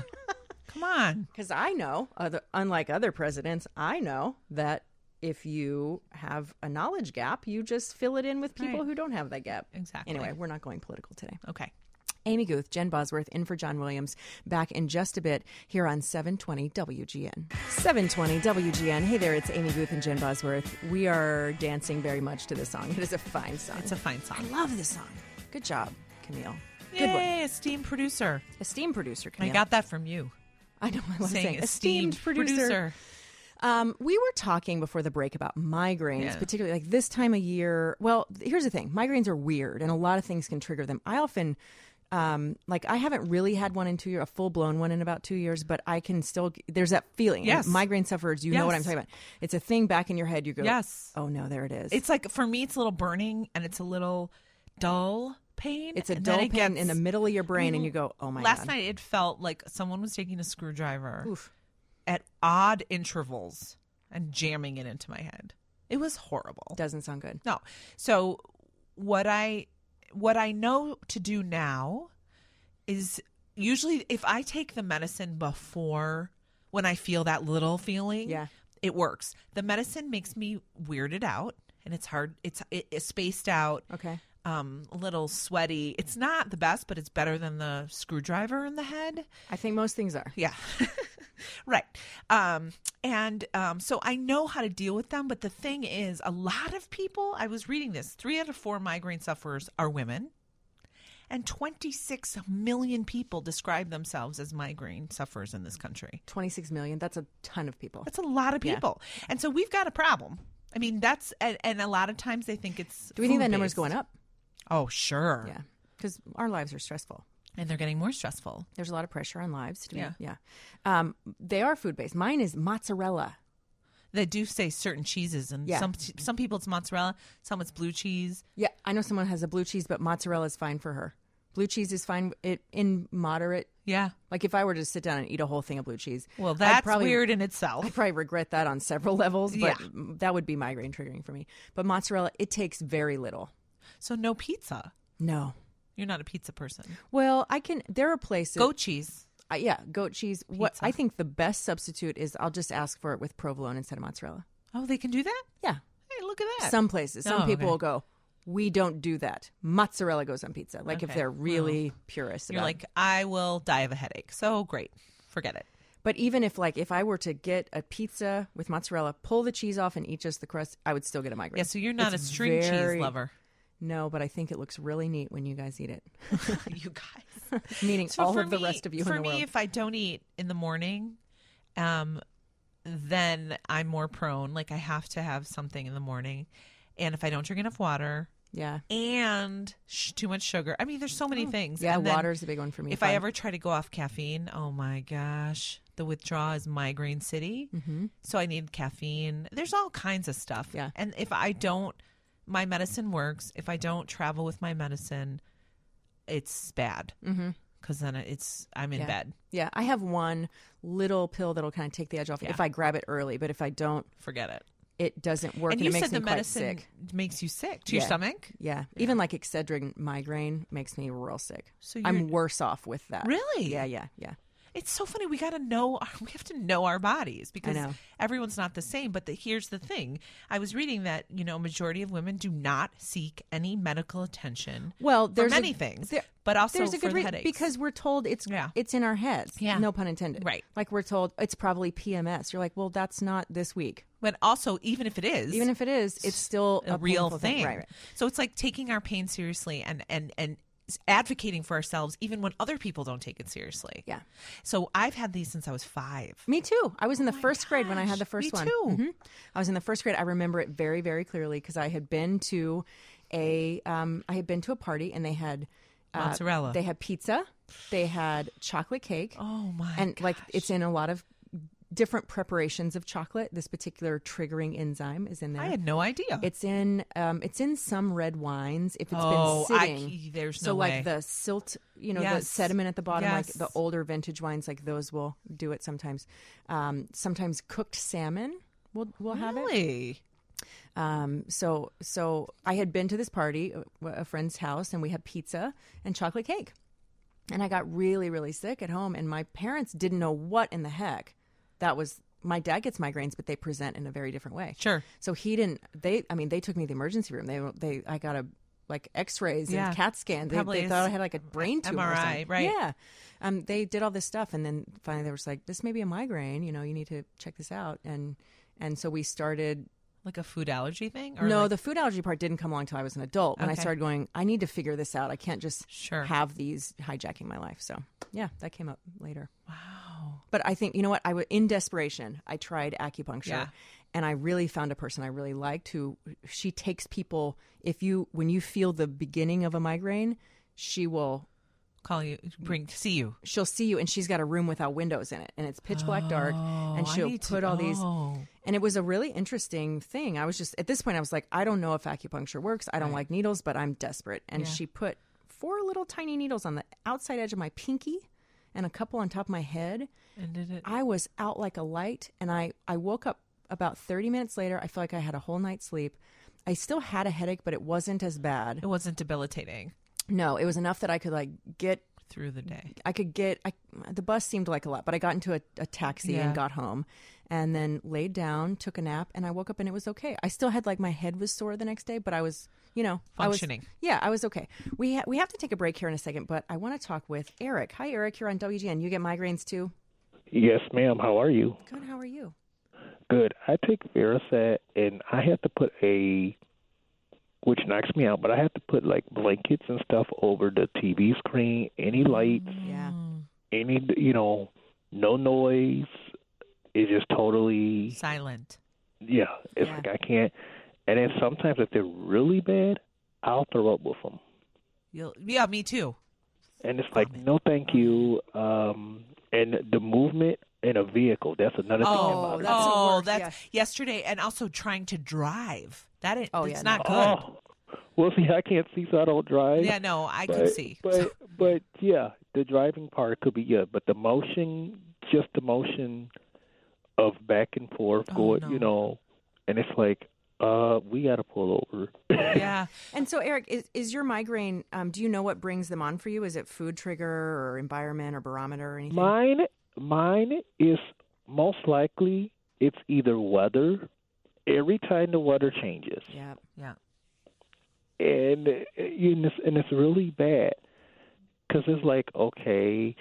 Come on.
Because I know, other, unlike other presidents, I know that if you have a knowledge gap, you just fill it in with people
Right.
who don't have that gap.
Exactly.
Anyway, we're not going political today.
Okay.
Amy Guth, Jen Bosworth, in for John Williams, back in just a bit here on 720 WGN. 720 WGN. Hey there, it's Amy Guth and Jen Bosworth. We are dancing very much to this song. It is a fine song.
It's a fine song.
I love this song. Good job, Camille.
Yay,
Good one.
esteemed producer.
Esteemed producer,
I
Camille.
got that from you.
I know I love
Saying
saying
esteemed,
producer.
producer.
Um, we were talking before the break about migraines,
Yeah.
particularly like this time of year. Well, th- here's the thing: migraines are weird, and a lot of things can trigger them. I often, um, like, I haven't really had one in two years, a full blown one in about two years, but I can still. g- There's that feeling. And
Yes.
migraine sufferers, you know what I'm
Yes.
talking about. It's a thing back in your head. You go,
Yes.
oh no, there it is.
It's like for me, it's a little burning and it's a little dull pain.
it's a
and then
dull
it
pain in
gets- Mm-hmm.
the middle of your brain, and you go, oh my
Last
god.
night, it felt like someone was taking a screwdriver
Oof.
at odd intervals and jamming it into my head. It was horrible.
doesn't sound good.
No. So what I what I know to do now is usually if I take the medicine before when I feel that little feeling,
Yeah.
it works. The medicine makes me weirded out and it's hard it's it, it's spaced out
Okay.
um a little sweaty. It's not the best, but it's better than the screwdriver in the head.
I think most things are.
Yeah. right. Um, and um, so I know how to deal with them. But the thing is, a lot of people, I was reading this, three out of four migraine sufferers are women. And 26 million people describe themselves as migraine sufferers in this country.
26 million. That's a ton of people.
That's a lot of
Yeah.
people. And so we've got a problem. I mean, that's, and, and a lot of times they think it's.
Do we think that number's going
food-based.
up?
Oh, sure.
Yeah. Because our lives are stressful.
And they're getting more stressful.
There's a lot of pressure on lives. To be,
Yeah.
yeah, Um, they are food based. Mine is mozzarella.
They do say certain cheeses, and
Yeah.
some some people it's mozzarella, some it's blue cheese.
Yeah, I know someone has a blue cheese, but mozzarella is fine for her. Blue cheese is fine it, in moderate.
Yeah.
Like if I were to sit down and eat a whole thing of blue cheese,
Well,
I'd
that's
probably-
weird in itself.
I probably regret that on several levels, but
Yeah.
m- that would be migraine triggering for me. But mozzarella, it takes very little.
so no pizza.
No.
You're not a pizza person.
Well, I can. There are places.
Goat cheese.
uh, yeah, goat cheese. What
Pizza.
I think the best substitute is, I'll just ask for it with provolone instead of mozzarella.
Oh, they can do that?
Yeah,
Hey, look at that.
some places, some
Oh,
people
okay.
will go. We don't do that. Mozzarella goes on pizza. Like if
Okay,
they're really purists.
You're
about it.
like, I will die of a headache. So great. Forget it.
But even if like if I were to get a pizza with mozzarella, pull the cheese off and eat just the crust, I would still get a migraine.
Yeah, so you're not
It's
a string
very-
cheese lover.
No, but I think it looks really neat when you guys eat it.
you guys.
Meaning
So
all
for
of the
me-
rest of you
For
in the
me,
world.
if I don't eat in the morning, um, then I'm more prone. Like I have to have something in the morning, and if I don't drink enough water
yeah.
and sh- too much sugar, I mean, there's so many things.
Oh, Yeah,
And then
water's a big one for me.
If I ever try to go off caffeine, oh my gosh, the withdrawal is migraine city. Mm-hmm. So I need caffeine. There's all kinds of stuff.
Yeah.
And if I don't, my medicine works. If I don't travel with my medicine, it's bad. Mm-hmm. Because then it's I'm in
Yeah.
bed.
Yeah, I have one little pill that'll kind of take the edge off if I grab it early, but if I don't,
Forget it.
it doesn't work and,
and you
it makes
said the
me quite
medicine
sick.
makes you sick to
Yeah.
your stomach.
Yeah. Even like Excedrin migraine makes me real sick.
So
I'm
you're-
worse off with that.
Really?
Yeah, yeah, yeah.
It's so funny. We got to know. Our, we have to know our bodies because
know.
everyone's not the same. But the, here's the thing: I was reading that you know, a majority of women do not seek any medical attention.
Well,
for
there's
many
a,
things,
there-
but also
there's a
for
good
the
reason
headaches.
because we're told it's
Yeah.
it's in our heads.
Yeah.
No pun intended.
Right.
Like we're told it's probably PMS. You're like, well, that's not this week.
but also even if it is,
Even if it is, it's still
a real
painful
thing.
Right, right.
So it's like taking our pain seriously and and and advocating for ourselves even when other people don't take it seriously.
Yeah.
So I've had these since I was five.
Me too. I was in the first grade when I had the
Oh gosh,
first
me
one.
too.
Mhm. I was in the first grade. I remember it very, very clearly because I had been to a um, I had been to a party and they had uh,
Mozzarella.
They had pizza. They had chocolate cake.
Oh my
and like it's in a lot of different preparations of chocolate. This particular triggering enzyme is in there.
I had no idea.
It's in um, it's in some red wines if it's
oh,
been
I
sitting.
c- there's no
so
way.
like the silt, you know, the
Yes.
sediment at the bottom, like
Yes.
the older vintage wines, like those will do it sometimes. Um, sometimes cooked salmon will will have it.
Really?
Um, so so I had been to this party, uh, a friend's house, and we had pizza and chocolate cake, and I got really really sick at home, and my parents didn't know what in the heck that was. My dad gets migraines, but they present in a very different way.
Sure.
So he didn't. They, I mean, they took me to the emergency room. They, they, I got a like X-rays
Yeah.
and CAT scan. They,
Probably
they
is
thought I had like a brain tumor. or
MRI,
something.
right.
Yeah. Um, they did all this stuff, and then finally they were just like, "This may be a migraine. You know, you need to check this out." And and so we started.
Like a food allergy thing? Or
no,
like-
the food allergy part didn't come along until I was an adult. When I
Okay.
started going, I need to figure this out. I can't just
Sure.
have these hijacking my life. So yeah, that came up later.
wow.
But I think you know what? I was in desperation. I tried acupuncture,
Yeah.
and I really found a person I really liked who she takes people. If you when you feel the beginning of a migraine, she will
Call you, bring, see you.
she'll see you, and she's got a room without windows in it, and it's pitch black dark, and
Oh, I
she'll
need
put
to-
all these.
oh.
And it was a really interesting thing. I was just at this point, I was like, I don't know if acupuncture works. I don't like needles, but I'm desperate. And she put four little tiny needles on the outside edge of my pinky, and a couple on top of my head.
And did it?
I was out like a light, and I I woke up about thirty minutes later. I felt like I had a whole night's sleep. I still had a headache, but it wasn't as bad.
It wasn't debilitating
No, it was enough that I could like get
through the day.
I could get I, the bus seemed like a lot, but I got into a, a taxi
Yeah.
and got home, and then laid down, took a nap, and I woke up and it was okay. I still had like my head was sore the next day, but I was you know I
Functioning.
was, yeah, I was okay. We ha- we have to take a break here in a second, but I want to talk with Eric. Hi, Eric. You're on WGN. You get migraines too.
Yes, ma'am. How are you?
Good. How are you?
Good. I take Varicet, and I have to put a, which knocks me out, but I have to put like blankets and stuff over the TV screen, any lights,
Yeah.
Mm.
any, you know, no noise. It's just totally,
Silent.
yeah. It's
Yeah.
like I can't. And then sometimes if they're really bad, I'll throw up with them.
You'll, yeah, me too.
And it's like,
Vomit.
no, thank you. Um, and the movement in a vehicle, that's another thing that
Oh,
bothers
that's
me.
the
oh,
worst,
that's yesterday, and also trying to drive. That is,
Oh,
it's
yeah,
not
no.
Ah, good.
Oh, Well, see, I can't see, so I don't drive.
Yeah, no, I
but,
could see.
But but yeah, the driving part could be yeah, but the motion, just the motion of back and forth,
Oh,
going,
no.
you know, and it's like, uh, we got to pull over.
yeah.
And so, Eric, is, is your migraine? Um, do you know what brings them on for you? Is it food trigger or environment or barometer or anything?
Mine, mine is most likely it's either weather. Every time the weather changes,
yeah.
Yeah.
and uh, you and it's, and it's really bad because it's like, okay,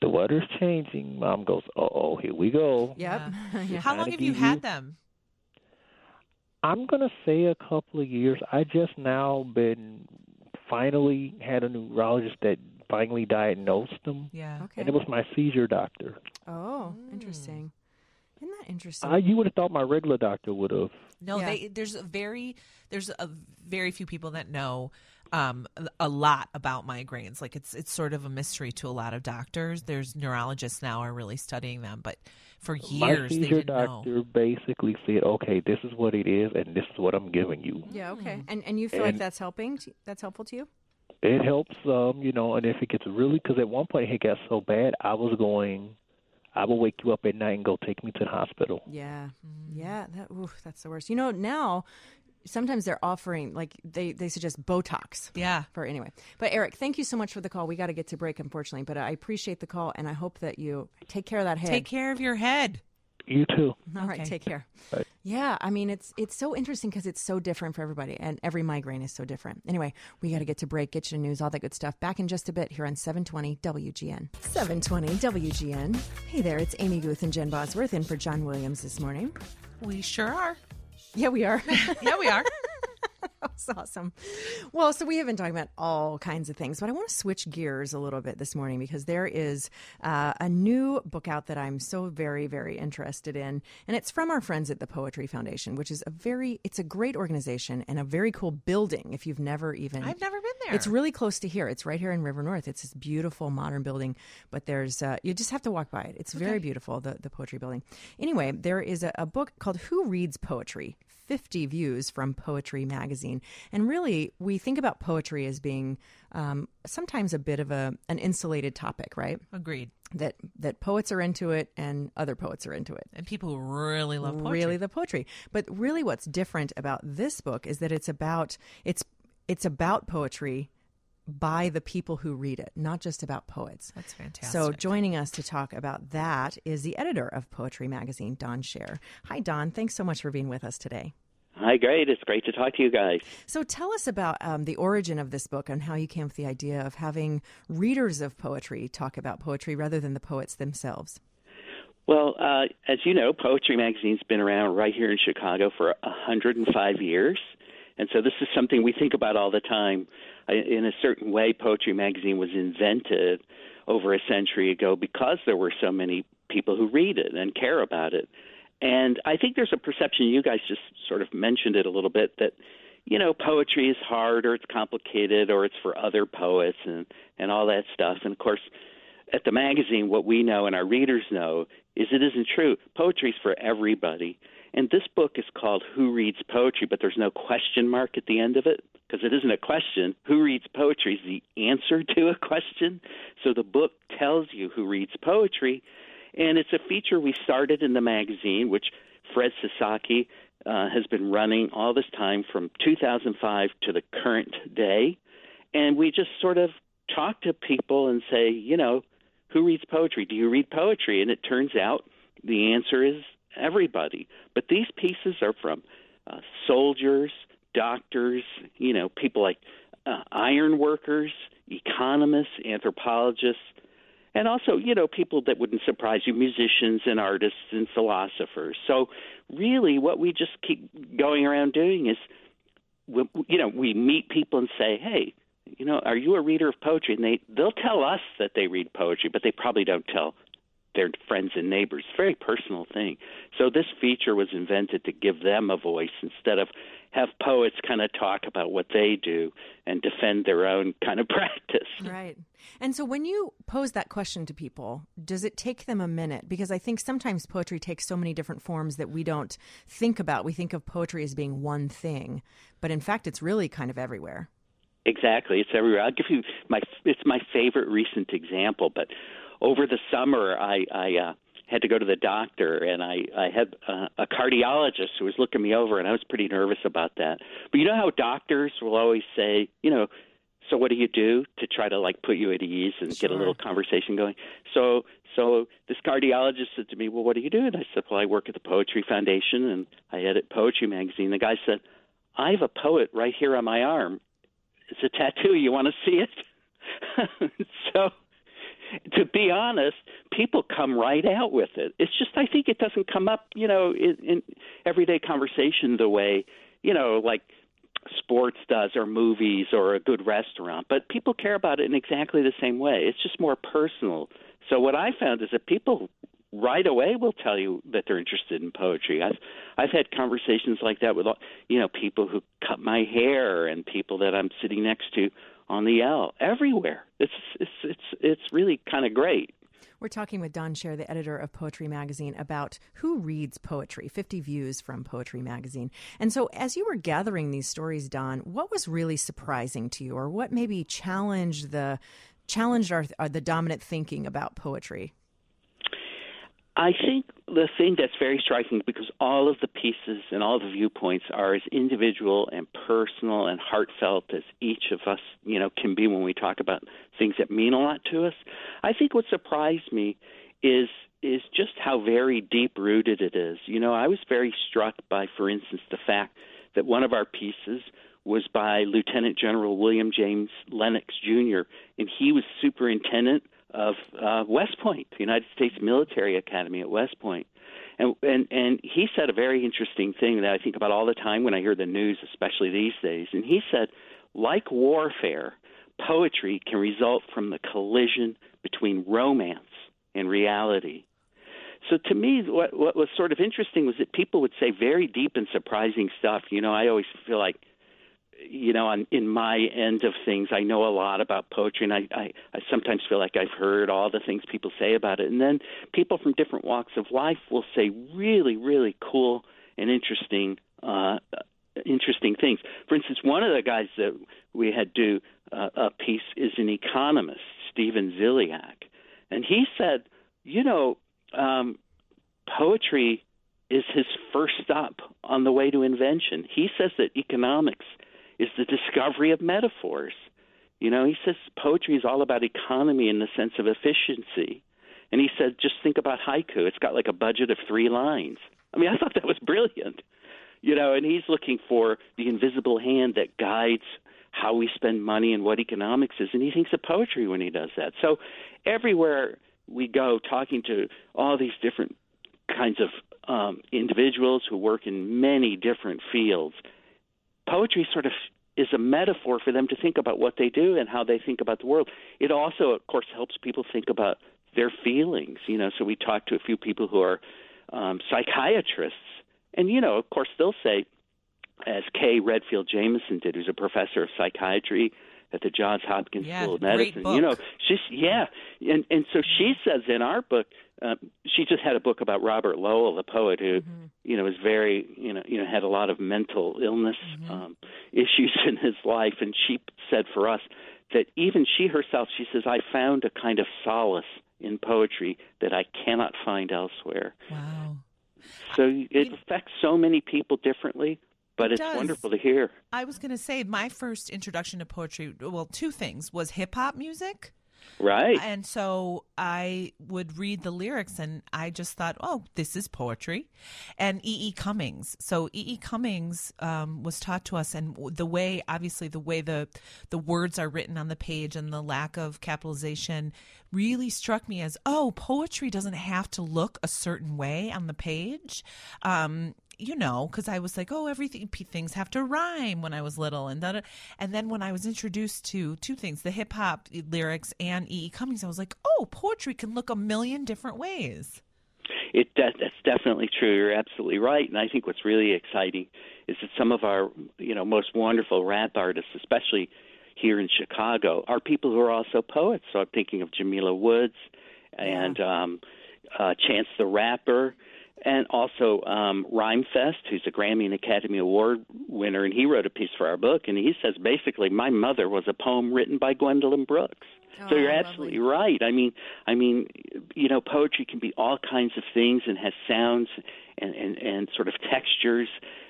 the weather's changing. Mom goes, uh oh, here we go.
Yep. Yeah.
How
gotta
long have you
be-
had them?
I'm gonna say a couple of years. I just now been finally had a neurologist that finally diagnosed them,
Yeah.
Okay.
and it was my seizure doctor.
Oh,
Mm.
interesting. Isn't that interesting?
I, you would have thought my regular doctor would have.
No,
Yeah.
they there's a very there's a very few people that know um, a lot about migraines. Like it's it's sort of a mystery to a lot of doctors. There's neurologists now are really studying them, but for
My
years they
seizure
didn't know.
doctor basically said, "Okay, this is what it is, and this is what I'm giving you."
yeah. Okay. And and you feel like
And-
that's helping? To, that's helpful to you?
It helps, um, you know, and if it gets really, because at one point it got so bad, I was going, I would wake you up at night and go take me to the hospital.
Yeah. Yeah. That. Ooh, that's the worst. You know now. Sometimes they're offering like they they suggest Botox.
Yeah.
for anyway. But Eric, thank you so much for the call. We got to get to break, unfortunately, but I appreciate the call and I hope that you take care of that head.
Take care of your head.
You too.
All right,
Okay.
take care.
Bye.
Yeah, I mean it's it's so interesting because it's so different for everybody, and every migraine is so different. Anyway, we got to get to break, get you to news, all that good stuff. Back in just a bit here on 720 WGN. 720 WGN. Hey there, it's Amy Guth and Jen Bosworth in for John Williams this morning.
We sure are.
Yeah, we are.
Yeah, we are.
That's awesome. Well, so we have been talking about all kinds of things, but I want to switch gears a little bit this morning because there is uh, a new book out that I'm so very, very interested in, and it's from our friends at the Poetry Foundation, which is a very, it's a great organization and a very cool building. If you've never even,
I've never been there.
It's really close to here. It's right here in River North. It's this beautiful modern building, but there's uh, you just have to walk by it. It's very beautiful, the the poetry building. Anyway, there is a, a book called Who Reads Poetry? 50 views from Poetry Magazine. And really, we think about poetry as being um, sometimes a bit of a, an insulated topic, right?
agreed.
That, that poets are into it and other poets are into it
And people who really love poetry.
really the poetry. But really, what's different about this book is that it's about it's it's about poetry by the people who read it, not just about poets.
That's fantastic.
So joining us to talk about that is the editor of Poetry Magazine, Don Scher. Hi, Don. Thanks so much for being with us today.
Hi, great. It's great to talk to you guys.
So tell us about um, the origin of this book and how you came with the idea of having readers of poetry talk about poetry rather than the poets themselves.
Well, uh, as you know, Poetry Magazine's been around right here in Chicago for 105 years. And so this is something we think about all the time. I- In a certain way, Poetry Magazine was invented over a century ago because there were so many people who read it and care about it. And I think there's a perception, you guys just sort of mentioned it a little bit, that, you know, poetry is hard or it's complicated or it's for other poets and, and all that stuff. And of course, at the magazine, what we know and our readers know is it isn't true. Poetry's for everybody. And this book is called Who Reads Poetry, but there's no question mark at the end of it because it isn't a question. Who Reads Poetry is the answer to a question. So the book tells you who reads poetry. And it's a feature we started in the magazine, which Fred Sasaki uh, has been running all this time from 2005 to the current day. And we just sort of talk to people and say, you know, who reads poetry? Do you read poetry? And it turns out the answer is everybody. But these pieces are from uh, soldiers, doctors, you know, people like uh, iron workers, economists, anthropologists, and also, you know, people that wouldn't surprise you, musicians and artists and philosophers. So, really, what we just keep going around doing is, we, you know, we meet people and say, hey, you know, are you a reader of poetry? And they they'll tell us that they read poetry, but they probably don't tell their friends and neighbors. It's a very personal thing. So this feature was invented to give them a voice instead of, have poets kind of talk about what they do and defend their own kind of practice.
Right. And so when you pose that question to people, does it take them a minute? Because I think sometimes poetry takes so many different forms that we don't think about. We think of poetry as being one thing, but in fact, it's really kind of everywhere.
Exactly. It's everywhere. I'll give you my it's my favorite recent example, but over the summer I I uh had to go to the doctor and I I had uh, a cardiologist who was looking me over and I was pretty nervous about that. But you know how doctors will always say, you know, so what do you do to try to like put you at ease and get a
Sure.
little conversation going? So so this cardiologist said to me, "Well, what do you do?" And I said, "Well, I work at the Poetry Foundation and I edit poetry magazine." The guy said, "I have a poet right here on my arm. It's a tattoo. You want to see it?" so to be honest, people come right out with it. It's just I think it doesn't come up, you know, in, in everyday conversation the way, you know, like sports does or movies or a good restaurant. But people care about it in exactly the same way. It's just more personal. So what I found is that people right away will tell you that they're interested in poetry. I've I've had conversations like that with you know people who cut my hair and people that I'm sitting next to on the L everywhere. It's it's it's it's really kind of great.
We're talking with Don Scher, the editor of Poetry Magazine, about who reads poetry, 50 views from Poetry Magazine. And so, as you were gathering these stories, Don, what was really surprising to you, or what maybe challenged the challenged our, uh, the dominant thinking about poetry?
I think the thing that's very striking because all of the pieces and all the viewpoints are as individual and personal and heartfelt as each of us, you know, can be when we talk about things that mean a lot to us. I think what surprised me is is just how very deep rooted it is. You know, I was very struck by, for instance, the fact that one of our pieces was by Lieutenant General William James Lennox Jr., and he was superintendent of uh, West Point, the United States Military Academy at West Point. And, and and he said a very interesting thing that I think about all the time when I hear the news, especially these days. And he said, like warfare, poetry can result from the collision between romance and reality. So to me, what what was sort of interesting was that people would say very deep and surprising stuff. You know, I always feel like, you know, on in my end of things, I know a lot about poetry, and I, I I sometimes feel like I've heard all the things people say about it. And then people from different walks of life will say really, really cool and interesting uh, interesting things. For instance, one of the guys that we had do uh, a piece is an economist, Stephen Ziliak, and he said, you know, um, poetry is his first stop on the way to invention. He says that economics is the discovery of metaphors. You know, he says poetry is all about economy in the sense of efficiency. And he said, just think about haiku. It's got like a budget of three lines. I mean, I thought that was brilliant. You know, and he's looking for the invisible hand that guides how we spend money and what economics is. And he thinks of poetry when he does that. So everywhere we go, talking to all these different kinds of um, individuals who work in many different fields, poetry sort of is a metaphor for them to think about what they do and how they think about the world. It also, of course, helps people think about their feelings. You know, so we talked to a few people who are um, psychiatrists, and you know, of course, they'll say, as Kay Redfield Jameson did, who's a professor of psychiatry at the Johns Hopkins
Yeah,
School of
great
Medicine.
book.
You know, she's yeah, and and so she says in our book, um, she just had a book about Robert Lowell, the poet who,
Mm-hmm.
you know, was very you know you know had a lot of mental illness
Mm-hmm.
um, issues in his life, and she said for us that even she herself, she says, I found a kind of solace in poetry that I cannot find elsewhere.
Wow.
So it affects so many people differently, but
It
it's
does.
wonderful to hear.
I was going to say my first introduction to poetry, well, two things was hip hop music.
Right.
And so I would read the lyrics and I just thought, oh, this is poetry. And E.E. E. Cummings. So E.E. E. Cummings um, was taught to us, and w- the way, obviously, the way the, the words are written on the page and the lack of capitalization really struck me as, oh, poetry doesn't have to look a certain way on the page. Um, you know, because I was like, oh, everything p- things have to rhyme when I was little, and that, and then when I was introduced to two things, the hip hop lyrics and E. E. Cummings, I was like, oh, poetry can look a million different ways.
it de- that's definitely true. You're absolutely right. And I think what's really exciting is that some of our you know most wonderful rap artists, especially here in Chicago, are people who are also poets. So I'm thinking of Jamila Woods and um, uh, Chance the Rapper. And also um, Rhymefest, who's a Grammy and Academy Award winner, and he wrote a piece for our book, and he says basically, my mother was a poem written by Gwendolyn Brooks
Oh,
so you're
lovely.
absolutely right. I mean, I mean, you know, poetry can be all kinds of things and has sounds and, and, and sort of textures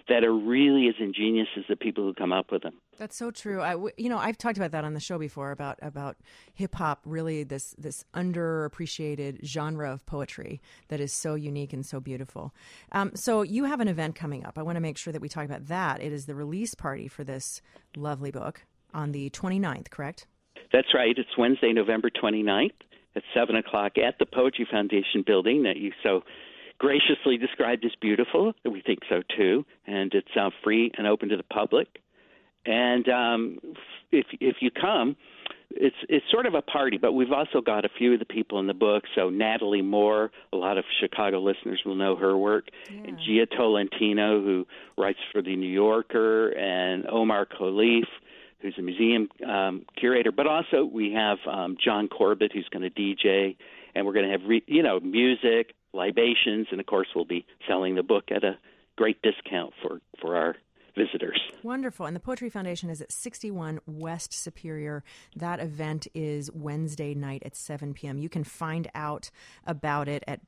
that are really as ingenious as the people who come up with them.
That's so true. I, w- you know, I've talked about that on the show before about about hip hop. Really, this this underappreciated genre of poetry that is so unique and so beautiful. Um, so you have an event coming up. I want to make sure that we talk about that. It is the release party for this lovely book on the 29th, correct?
That's right. It's Wednesday, November 29th at 7 o'clock at the Poetry Foundation building that you so graciously described as beautiful. We think so too. And it's uh, free and open to the public. And um, if, if you come, it's it's sort of a party, but we've also got a few of the people in the book. So Natalie Moore, a lot of Chicago listeners will know her work, and Gia Tolentino, who writes for the New Yorker, and Omar Khalif, who's a museum um, curator. But also we have um, John Corbett, who's going to DJ, and we're going to have re- you know music, libations, and of course we'll be selling the book at a great discount for for our visitors.
Wonderful. And the Poetry Foundation is at 61 West Superior. That event is Wednesday night at 7 p.m. You can find out about it at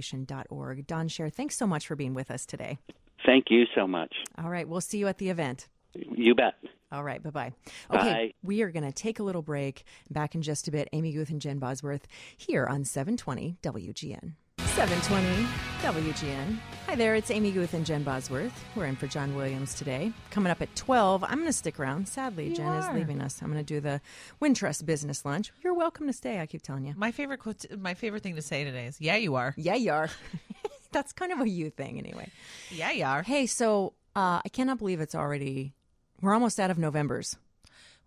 poetryfoundation.org. Don Scher, thanks so much for being with us today.
Thank you so much.
All right. We'll see you at the event.
You bet.
All right. Bye bye. Okay.
Bye.
We are going to take a little break. Back in just a bit. Amy Guth and Jen Bosworth here on 720 WGN. 720 WGN. Hi there. It's Amy Guth and Jen Bosworth. We're in for John Williams today. Coming up at 12. I'm going to stick around. Sadly, Jen is leaving us. I'm going to do the Wintrust business lunch. You're welcome to stay. I keep telling you.
My favorite quote, my favorite thing to say today is, "Yeah, you are.
Yeah, you are. That's kind of a you thing, anyway.
Yeah, you are.
Hey, so uh, I cannot believe it's already, we're almost out of November's.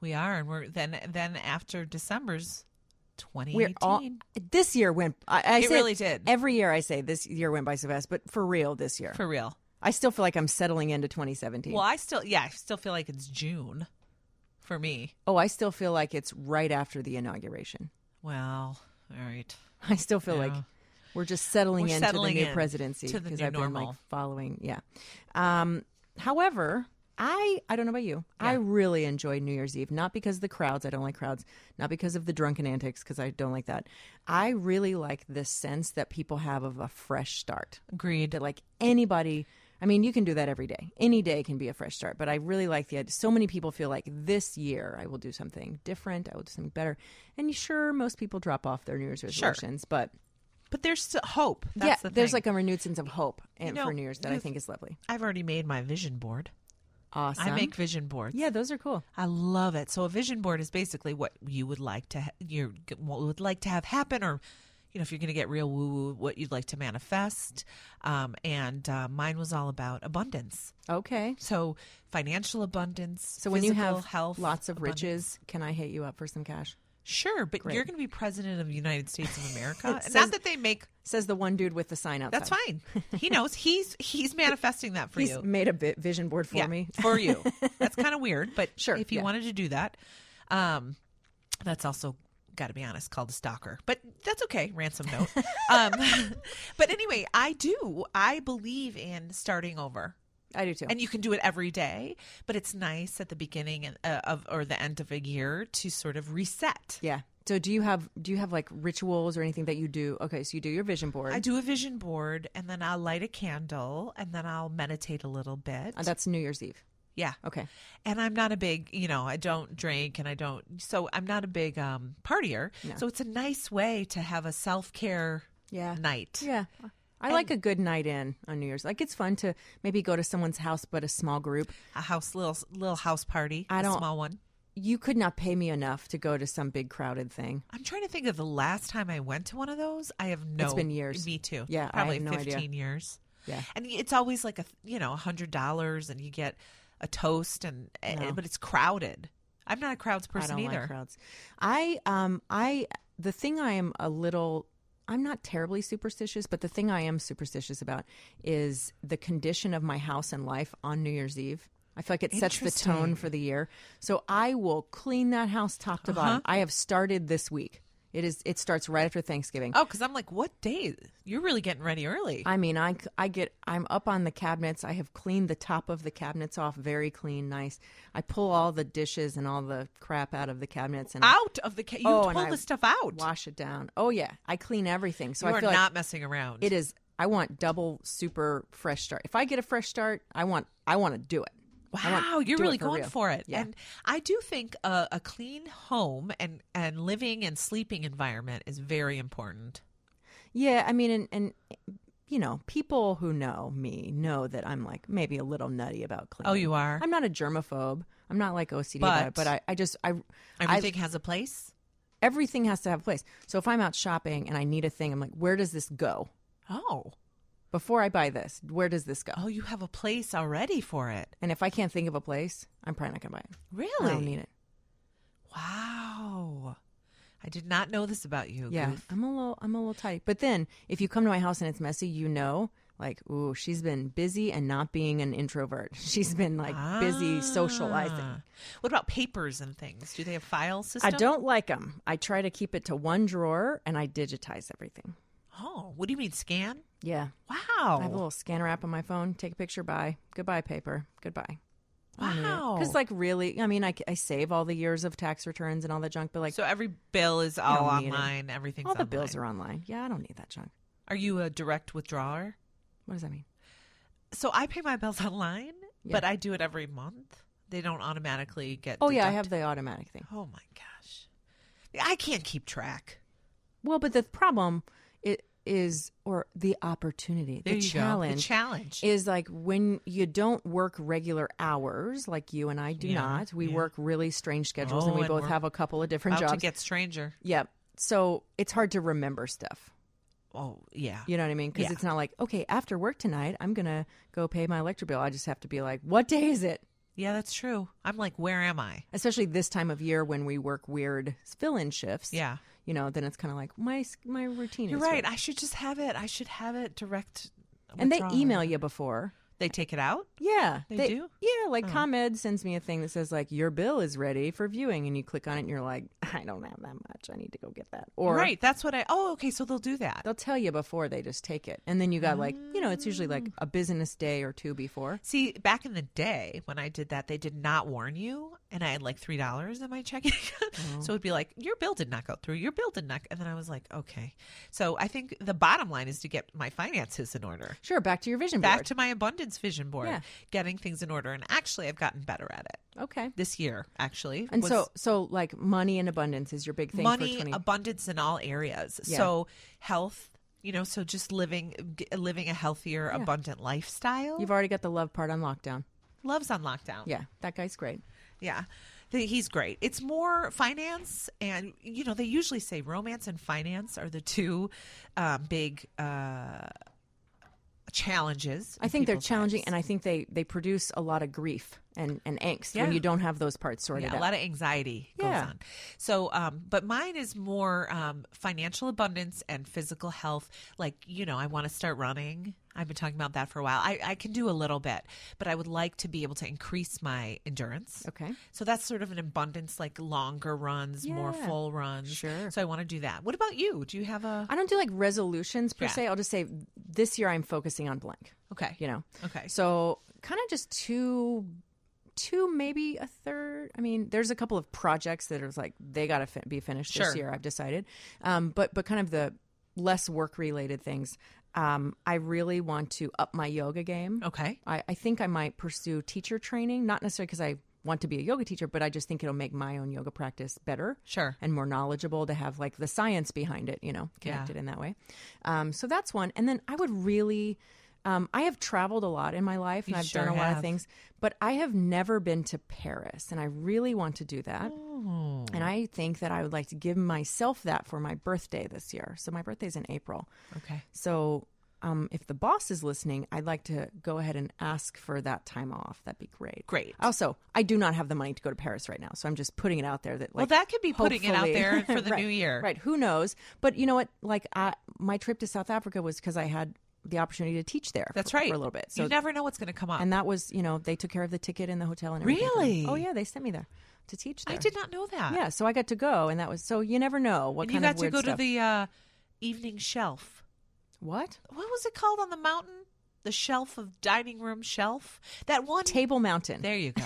We are." And we're then then after December's 2018.
We're all this year went. I, I
It
say
really did.
Every year I say this year went by so fast, but for real, this year
for real.
I still feel like I'm settling into 2017.
Well, I still yeah, I still feel like it's June for me.
Oh, I still feel like it's right after the inauguration.
Well, all right.
I still feel like
Yeah.
we're just settling
We're
into
settling
the new
in
presidency
to the
because
new
I've been like
normal.
following. Yeah. Um, however, I I don't know about you. I really enjoy New Year's Eve, not because of the crowds. I don't like crowds. Not because of the drunken antics, because I don't like that. I really like this sense that people have of a fresh start.
Agreed.
that like anybody i mean you can do that every day any day can be a fresh start but i really like the idea so many people feel like this year i will do something different i will do something better and sure most people drop off their new year's resolutions but
But there's still hope. That's
yeah
the
there's
thing.
like a renewed sense of hope and
know,
for new year's that i
you've-
think is lovely
I've already made my vision board.
awesome
I make vision boards.
yeah those are cool
I love it. So a vision board is basically what you would like to ha- you would like to have happen, or you know, if you're going to get real woo woo, what you'd like to manifest. Um, and uh, mine was all about abundance.
okay
So financial abundance.
so when you
physical
have
health,
lots of
abundance.
riches can i hit you up for some cash
sure, but you're going to be president of the United States of America.
says-
Not that they make.
says the one dude with the sign outside
That's fine. He knows. He's he's manifesting that for
he's
you.
made a bit vision board for
yeah,
me
for you. That's kind of weird, but
Sure,
if you
yeah.
wanted to do that, um, that's also got to be honest called a stalker, but that's okay. Ransom note. um, but anyway, I do. I believe in starting over.
i do too
And you can do it every day, but it's nice at the beginning and- uh, of or the end of a year to sort of reset.
Yeah. So do you have do you have like rituals or anything that you do? Okay, so you do your vision board.
I do a vision board, and then I'll light a candle, and then I'll meditate a little bit.
Uh, that's New Year's Eve.
yeah.
Okay.
and I'm not a big, you know, I don't drink and I don't, so I'm not a big um, partier. So it's a nice way to have a self care
Yeah.
night.
Yeah. I like a good night in on New Year's. Like it's fun to maybe go to someone's house, but a small group.
A house, little, little house party,
I
a
don't-
small one.
You could not pay me enough to go to some big crowded thing.
I'm trying to think of the last time I went to one of those. I have no.
been years.
Me too.
Yeah, I
probably
have no idea.
15 years.
Yeah.
and it's always like a you know a hundred dollars, and you get a toast, and
No.
but it's crowded. I'm not a crowds person
I don't
either.
like crowds. I um I the thing I am a little I'm not terribly superstitious, but the thing I am superstitious about is the condition of my house and life on New Year's Eve. I feel like it sets the tone
Interesting.
for the year. So I will clean that house top to
Uh-huh.
bottom. I have started this week. It is. It starts right after Thanksgiving.
Oh, because I'm like, what day? You're really getting ready early.
I mean, I, I get I'm up on the cabinets. I have cleaned the top of the cabinets off, very clean, nice. I pull all the dishes and all the crap out of the cabinets and I
out of the ca- you
Oh,
pull
and I
the stuff out.
wash it down. Oh yeah, I clean everything. So
you
I
are
feel
not
like
messing around.
it is. I want double super fresh start. If I get a fresh start, I want I want to do it. I want-
Wow, you're
do it
really
for
going
real.
for it.
Yeah.
And I do think a, a clean home and, and living and sleeping environment is very important.
Yeah, I mean, and, and you know, people who know me know that I'm like maybe a little nutty about cleaning.
Oh, you are?
I'm not a germaphobe. I'm not like OCD, about it,
But-
but I, I just I I
Everything has a place.
everything has to have a place. So if I'm out shopping and I need a thing, I'm like, where does this go?
Oh.
Before I buy this, where does this go?
Oh, you have a place already for it.
And if I can't think of a place, I'm probably not gonna buy it.
Really?
I don't need it.
Wow. I did not know this about you.
Yeah,
Goof.
I'm a little, I'm a little tight. But then if you come to my house and it's messy, you know, like, ooh, she's been busy and not being an introvert. She's been like busy socializing.
Ah. What about papers and things? Do they have file
I
system?
don't like them. I try to keep it to one drawer and I digitize everything.
Oh, what do you mean scan?
Yeah.
Wow.
I have a little scanner app on my phone. Take a picture. Bye. Goodbye, paper. Goodbye.
wow.
Because, like, really, I mean, I, I save all the years of tax returns and all that junk, but like,
so every bill is all
don't need it.
online. Everything's
all the
online.
bills are online. Yeah, I don't need that junk.
Are you a direct withdrawer?
What does that mean?
So I pay my bills online,
Yeah.
but I do it every month. They don't automatically get.
Oh, yeah, I have
deducted.
the automatic thing.
Oh my gosh, Yeah, I can't keep track.
Well, but the problem it is, or the opportunity,
There
the
you go. The
challenge.
challenge.
is like when you don't work regular hours like you and I do
Yeah,
not. We
yeah.
work really strange schedules and
Oh,
we
and
both
we're
have a couple of different
About
jobs.
to get stranger.
yeah. So it's hard to remember stuff.
Oh yeah.
You know what I mean? Because
Yeah.
it's not like, okay, after work tonight, I'm going to go pay my electric bill. I just have to be like, what day is it?
Yeah, that's true. I'm like, where am I?
Especially this time of year when we work weird fill in shifts.
Yeah.
You know, then it's kind of like, my, s- my routine
You're
is
right.
weird.
I should just have it. I should have it direct.
And they
withdrawal.
email you before.
They take it out.
Yeah,
They do? Oh.
Yeah, like ComEd sends me a thing that says like your bill is ready for viewing, and you click on it, and you're like, I don't have that much. I need to go get that. Or
right. That's what I. Oh, okay. So they'll do that.
they'll tell you before they just take it, and then you got like you know it's usually like
Mm.
a business day or two before.
See, back in the day when I did that, they did not warn you, and I had like three dollars in my checking account.
Oh.
So it'd be like, "Your bill did not go through. Your bill did not." And then I was like, "Okay." So I think the bottom line is to get my finances in order.
Sure, back to your vision
Back
board.
to my abundance vision board,
Yeah.
getting things in order, and actually, I've gotten better at it
okay,
this year. Actually,
and
was-
so so like money and abundance is your big thing.
money
for 20...
abundance in all areas
Yeah.
so health you know so just living g- living a healthier abundant lifestyle
You've already got the love part on lockdown.
loves on lockdown
Yeah, that guy's great.
yeah Th- he's great it's more finance and you know they usually say romance and finance are the two um, big uh, challenges
I think they're challenging, and I think they they produce a lot of grief and and angst when
Yeah.
you don't have those parts sorted
yeah,
out.
a lot of anxiety goes
Yeah.
on. So, um, but mine is more um, financial abundance and physical health. Like, you know, I want to start running. I've been talking about that for a while. I, I can do a little bit, but I would like to be able to increase my endurance.
okay.
So that's sort of an abundance, like longer runs, more
Yeah.
full runs.
Sure.
So I want to do that. What about you? Do you have a
I don't do like resolutions per
Yeah.
se. I'll just say this year I'm focusing on blank.
okay?
You know,
Okay.
so kind of just two, two maybe a third. I mean, there's a couple of projects that are like they got to fin- be finished
Sure.
this year. I've decided, um, but but kind of the less work related things. Um, I really want to up my yoga game.
Okay.
I, I think I might pursue teacher training, not necessarily because I want to be a yoga teacher, but I just think it'll make my own yoga practice better
Sure.
and more knowledgeable to have like the science behind it, you know, connected in that way. Um, so that's one. And then I would really, um, I have traveled a lot in my life and
You
I've
sure
done a lot
have.
of things, but I have never been to Paris and I really want to do that.
Oh.
And I think that I would like to give myself that for my birthday this year. So my birthday's in April.
Okay.
So um, if the boss is listening, I'd like to go ahead and ask for that time off. That'd be great.
Great.
Also, I do not have the money to go to Paris right now, so I'm just putting it out there that like
Well, that could be putting it out
hopefully-
there for the
Right,
new year.
Right. Who knows? But you know what? Like I, my trip to South Africa was because I had the opportunity to teach there.
That's
for,
right.
For a little bit. So
you never know what's going to come up.
and that was you know they took care of the ticket and the hotel and everything. for me.
Really?
Oh yeah, they sent me there to teach. There.
I did not know that.
Yeah, so I got to go, and that was so you never know what
and you
kind
got
of
to
weird
go
stuff.
to the uh, evening shelf.
what
What was it called on the mountain? The shelf of dining room shelf. That one.
Table Mountain.
There you go.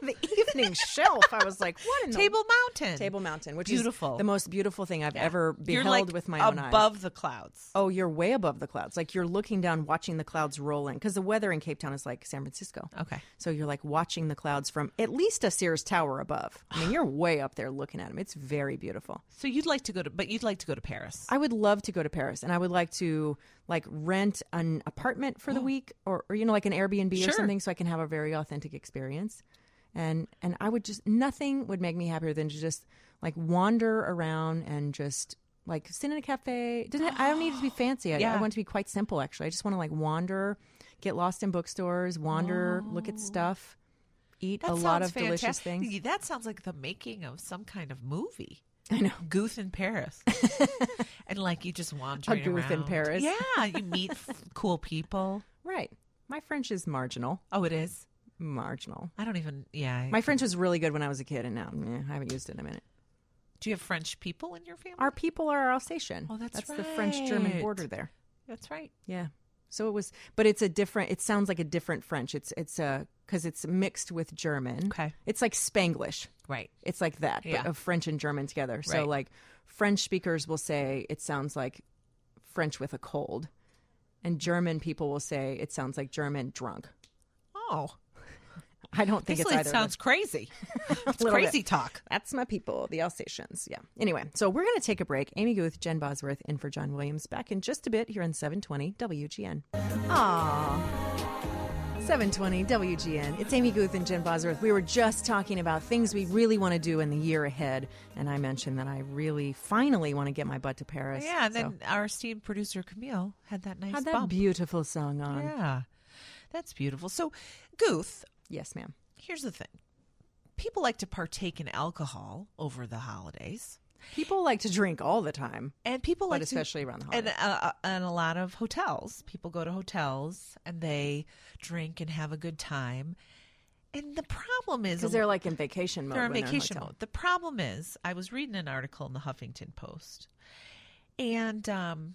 the evening shelf. I was like, what in
Table Mountain.
the Table Mountain, which
Beautiful.
is the most beautiful thing I've ever beheld
You're like
with my own eyes.
above the clouds.
Oh, you're way above the clouds. Like you're looking down, watching the clouds roll in, because the weather in Cape Town is like San Francisco.
Okay.
So you're like watching the clouds from at least a Sears Tower above. I mean, you're way up there looking at them. It's very beautiful.
So you'd like to go to, but you'd like to go to Paris.
I would love to go to Paris, and I would like to like rent an apartment for the week, or, or you know, like an Airbnb
Oh. Sure.
or something, so I can have a very authentic experience. And and I would just nothing would make me happier than to just like wander around and just like sit in a cafe. It Doesn't I don't need it to be fancy. I, I
Yeah.
want it to be quite simple actually. I just want to like wander, get lost in bookstores, wander, look at stuff, eat
Oh. That
a lot
sounds
of delicious
fantastic.
things.
That sounds like the making of some kind of movie.
I know.
Gooth in Paris, and like you just wander
A gooth in Paris.
Yeah, you meet f- cool people.
Right. My French is marginal.
Oh, it is.
Marginal.
I don't even. Yeah. I-
My French was really good when I was a kid, and now eh, I haven't used it in a minute.
do you have French people in your family?
Our people are Alsatian.
Oh, that's
the French-German
right.
border there.
That's right.
Yeah. So it was, but it's a different. It sounds like a different French. It's it's a because it's mixed with German.
Okay.
It's like Spanglish.
Right.
It's like that,
Yeah.
but of French and German together. So
Right.
like French speakers will say it sounds like French with a cold, and German people will say it sounds like German drunk.
Oh,
I don't think
basically,
it's
it
either. of those.
sounds crazy. it's
Little
crazy
bit.
talk.
That's my people, the Alsatians. Yeah. Anyway, so we're going to take a break. Amy Guth, Jen Bosworth, in for John Williams back in just a bit here on 720 WGN. Aww. 720 WGN. It's Amy Guth and Jen Bosworth. We were just talking about things we really want to do in the year ahead, and I mentioned that I really finally want to get my butt to Paris.
Yeah, and
So,
then our esteemed producer Camille had that nice
had that
bump.
beautiful song on.
yeah, that's beautiful. So, Gooth,
Yes, ma'am.
here's the thing: people like to partake in alcohol over the holidays,
People like to drink all the time,
and people
but
like to
especially around the
and
holidays.
uh, and a lot of hotels. People go to hotels and they drink and have a good time. And the problem is
Because they're like in vacation mode.
they're on
when in
vacation
hotel.
mode. The problem is, I was reading an article in the Huffington Post, and um,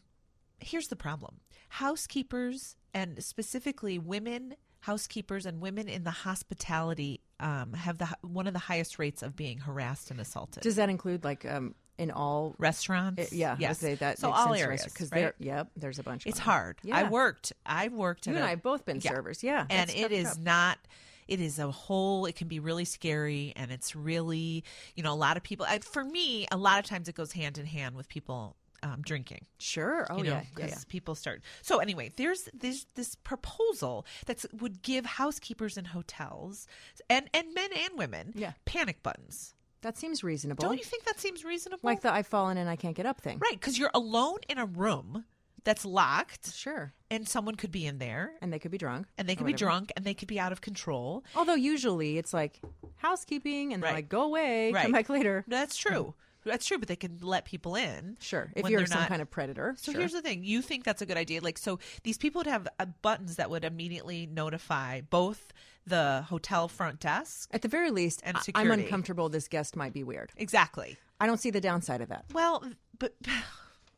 here's the problem: housekeepers and specifically women housekeepers and women in the hospitality um, have the hi- one of the highest rates of being harassed and assaulted.
Does that include like um, in all
Restaurants,
It- yeah,
yes.
I would say that
so
makes
all
sense
areas
because
right?
yep, there's a bunch.
It's
going on.
hard.
Yeah.
I worked. I worked.
You
at
and
a-
I have both been
Yeah.
servers. Yeah,
and
that's
it
tough
is
job.
not. It is a whole. It can be really scary, and it's really you know a lot of people. I, for me, a lot of times it goes hand in hand with people um, drinking.
sure. Oh
You know,
yeah, yeah,
'cause
yeah.
people start. So anyway, there's this this proposal that would give housekeepers in hotels and and men and women
Yeah.
panic buttons.
That seems reasonable.
Don't you think that seems reasonable?
like the I've fallen and I can't get up thing.
right? Because you're alone in a room that's locked,
Sure.
and someone could be in there,
And they could be drunk.
and they
or
could be
whatever.
drunk and they could be out of control.
Although usually it's like housekeeping, and they're
Right.
like, "Go away,
Right.
come back later."
That's true. That's true, but they can let people in.
Hmm. Sure. If
when
you're
they're
some
not-
kind of predator.
So
sure.
here's the thing: you think that's a good idea? Like, so these people would have uh, buttons that would immediately notify both the hotel front desk.
At the very least,
and
I- I'm
security.
uncomfortable. This guest might be weird.
Exactly.
I don't see the downside of that.
Well, but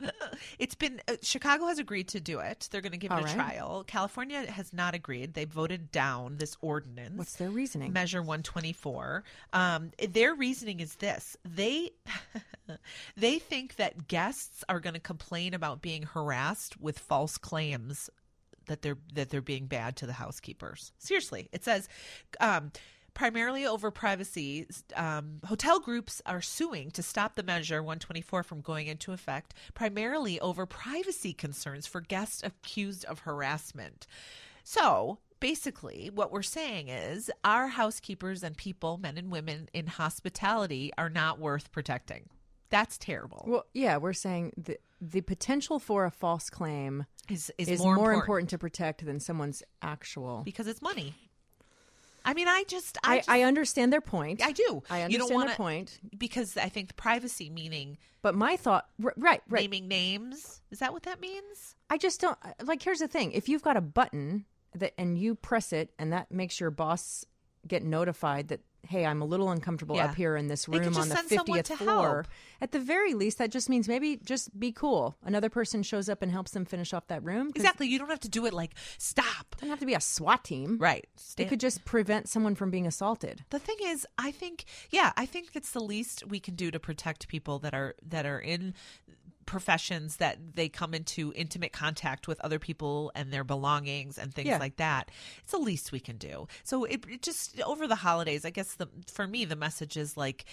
it's been uh, Chicago has agreed to do it. They're going to give it
All
a
right.
trial. California has not agreed. They voted down this ordinance.
What's their reasoning?
Measure 124. Um, their reasoning is this: they they think that guests are going to complain about being harassed with false claims that they're that they're being bad to the housekeepers. Seriously, it says. Um, Primarily over privacy, um, hotel groups are suing to stop the measure 124 from going into effect, primarily over privacy concerns for guests accused of harassment. So basically, what we're saying is our housekeepers and people, men and women in hospitality, are not worth protecting. That's terrible.
Well, yeah, we're saying the the potential for a false claim
is is,
is
more, important.
to protect than someone's actual.
because it's money. I mean, I just I
I,
just,
I understand their point.
I do.
I understand
you don't want
their point.
because I think the privacy meaning
But my thought, r- right, right.
naming names is that what that means?
I just don't like. Here's the thing: if you've got a button that and you press it, and that makes your boss get notified that hey, I'm a little uncomfortable
Yeah.
up here in this
They could
room
just
on the
send someone
fiftieth
to
floor.
help.
At the very least, that just means maybe just be cool. Another person shows up and helps them finish off that room. 'cause
Exactly. You don't have to do it like stop.
It doesn't have to be a SWAT team.
Right.
It could just prevent someone from being assaulted.
the thing is i think yeah i think it's the least we can do to protect people that are that are in professions that they come into intimate contact with other people and their belongings and things
Yeah.
like that it's the least we can do so it, it just over the holidays i guess the for me the message is like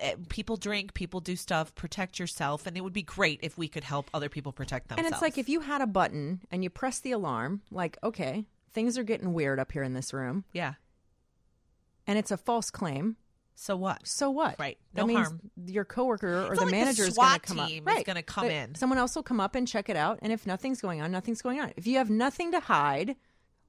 eh, people drink people do stuff protect yourself and it would be great if we could help other people protect themselves
And it's like if you had a button and you press the alarm, like, okay, things are getting weird up here in this room,
yeah
and it's a false claim.
so what
So what?
Right.
That
No
means
harm.
Your coworker or
It's
the
not like the
manager is going
SWAT
to come up.
team is
right.
gonna come
But
in.
Someone else will come up and check it out. And if nothing's going on, nothing's going on. If you have nothing to hide,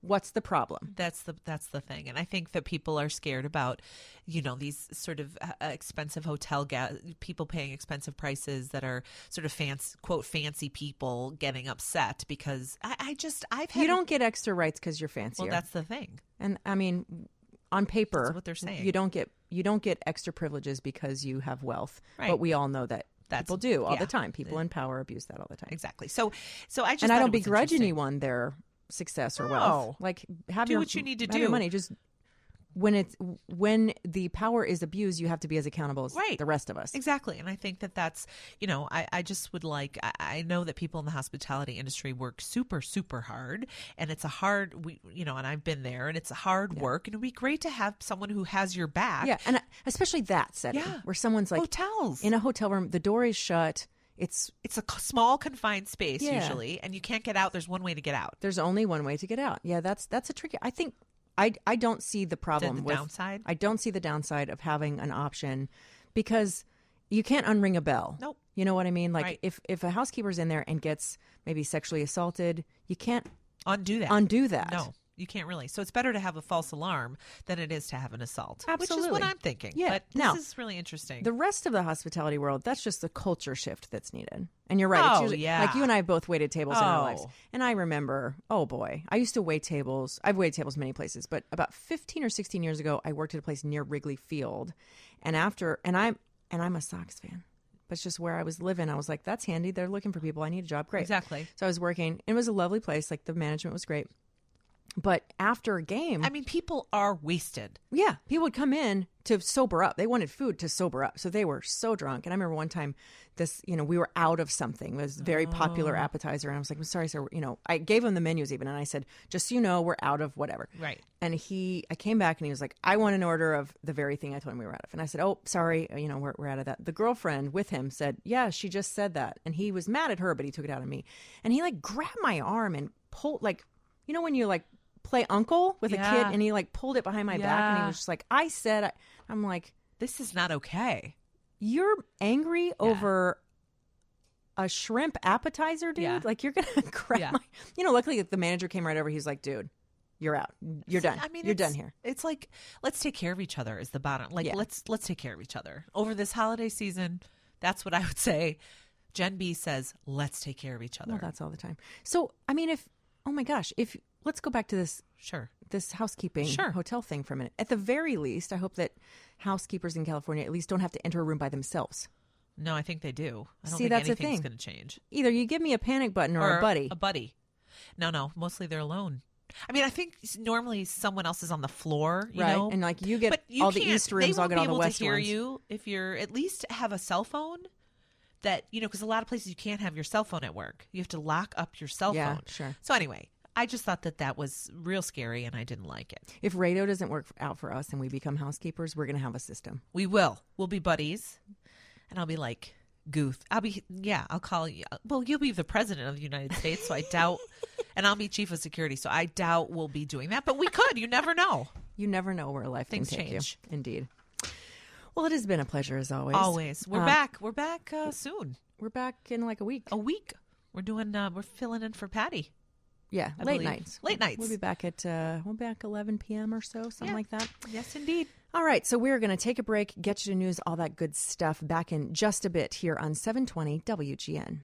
what's the problem?
That's the that's the thing, and I think that people are scared about, you know, these sort of uh, expensive hotel ga- people paying expensive prices that are sort of fancy quote fancy people getting upset because I, I just I've had
You don't get extra rights because you're fancier.
well that's the thing
and I mean, on paper,
That's what they're saying.
You don't get you don't get extra privileges because you have wealth.
Right.
But we all know that
That's-
people do all
yeah.
the time. People in power abuse that all the time.
exactly. So so I just
and I
thought
don't
it was
begrudge
interesting.
anyone their success or wealth.
No.
Like have
Do
your,
what you need to
have your
do.
money just when it's when the power is abused, you have to be as accountable as
Right.
the rest of us.
Exactly. And I think that that's, you know, I, I just would like, I, I know that people in the hospitality industry work super, super hard. And it's a hard, we, you know, and I've been there and it's a hard work. And it would be great to have someone who has your back.
Yeah, and uh, especially that setting
Yeah.
where someone's like
hotels.
in a hotel room, the door is shut. It's
it's a c- small confined space
Yeah.
usually, and you can't get out. There's one way to get out.
there's only one way to get out. Yeah, that's that's a tricky. I think I I don't see the problem
the
with
downside?
I don't see the downside of having an option because you can't unring a bell.
Nope.
You know what I mean? Like
Right.
if if a housekeeper's in there and gets maybe sexually assaulted, you can't
Undo that.
undo that.
No, you can't really. So it's better to have a false alarm than it is to have an assault. Which is
Absolutely.
what I'm thinking.
Yeah.
But this
Now,
is really interesting.
The rest of the hospitality world, that's just the culture shift that's needed. And you're right. it's
Oh,
usually-
yeah.
Like you and I have both waited tables in our lives.
Oh.
And I remember, oh boy, I used to wait tables. I've waited tables many places, but about 15 or 16 years ago, I worked at a place near Wrigley Field. And after, and I'm, and I'm a Sox fan. That's just where I was living. I was like, that's handy. They're looking for people. I need a job. Great.
Exactly.
So I was working. It was a lovely place. Like the management was great. But after a game,
I mean, people are wasted.
yeah, people would come in to sober up. They wanted food to sober up, so they were so drunk. And I remember one time, this you know we were out of something. It was a very popular appetizer, and I was like, "I'm sorry, sir." You know, I gave him the menus even, and I said, "Just so you know, we're out of whatever."
Right.
And he, I came back and he was like, "I want an order of the very thing I told him we were out of." And I said, "Oh, sorry, you know, we're we're out of that." The girlfriend with him said, "Yeah, she just said that," and he was mad at her, but he took it out on me. And he like grabbed my arm and pulled like, you know, when you like play uncle with a
Yeah.
kid and he like pulled it behind my back and he
Yeah.
was just like, I said, I, I'm like,
This is not okay.
you're angry over a shrimp appetizer, dude.
Yeah.
Like you're gonna grab
Yeah.
my, you know. Luckily, the manager came right over. He's like, dude, you're out. You're done.
I mean,
you're
it's-
done here.
It's like let's take care of each other is the bottom. Like
Yeah.
let's let's take care of each other over this holiday season. That's what I would say. Gen B says let's take care of each other.
Well, that's all the time. So, I mean, if oh my gosh, if let's go back to this
sure.
this housekeeping
Sure.
hotel thing for a minute. At the very least, I hope that housekeepers in California at least don't have to enter a room by themselves.
No, I think they do. I don't
See,
think
that's the thing.
anything's going to change.
Either you give me a panic button or, a buddy.
A buddy. No, no. Mostly they're alone. I mean, I think s- normally someone else is on the floor, you
Right,
know?
and, like, you get
but you
all the
can't-
east rooms,
They
I'll
won't
get
be
all the
able
west
to hear
ones.
you if you're at least have a cell phone. That you know, because a lot of places you can't have your cell phone at work. You have to lock up your cell
Yeah,
phone.
sure.
So anyway, I just thought that that was real scary, and I didn't like it.
If radio doesn't work out for us and we become housekeepers, we're going to have a system.
We will. We'll be buddies. And I'll be like, Goof. I'll be, yeah, I'll call you. Well, you'll be the president of the United States, so I doubt, and I'll be chief of security, so I doubt we'll be doing that, but we could. You never know.
You never know where life
Things
can take
change.
you. Indeed. Well, it has been a pleasure as always.
Always. We're
Uh,
back. We're back uh, soon.
We're back in like a week.
A week. We're doing. Uh, we're filling in for Patty.
yeah,
I
late
believe.
nights.
Late nights.
We'll be back at uh, we'll be back 11 p.m. or so, something
Yeah.
like that.
Yes, indeed.
All right, so we're going to take a break, get you to news, all that good stuff back in just a bit here on 720 WGN.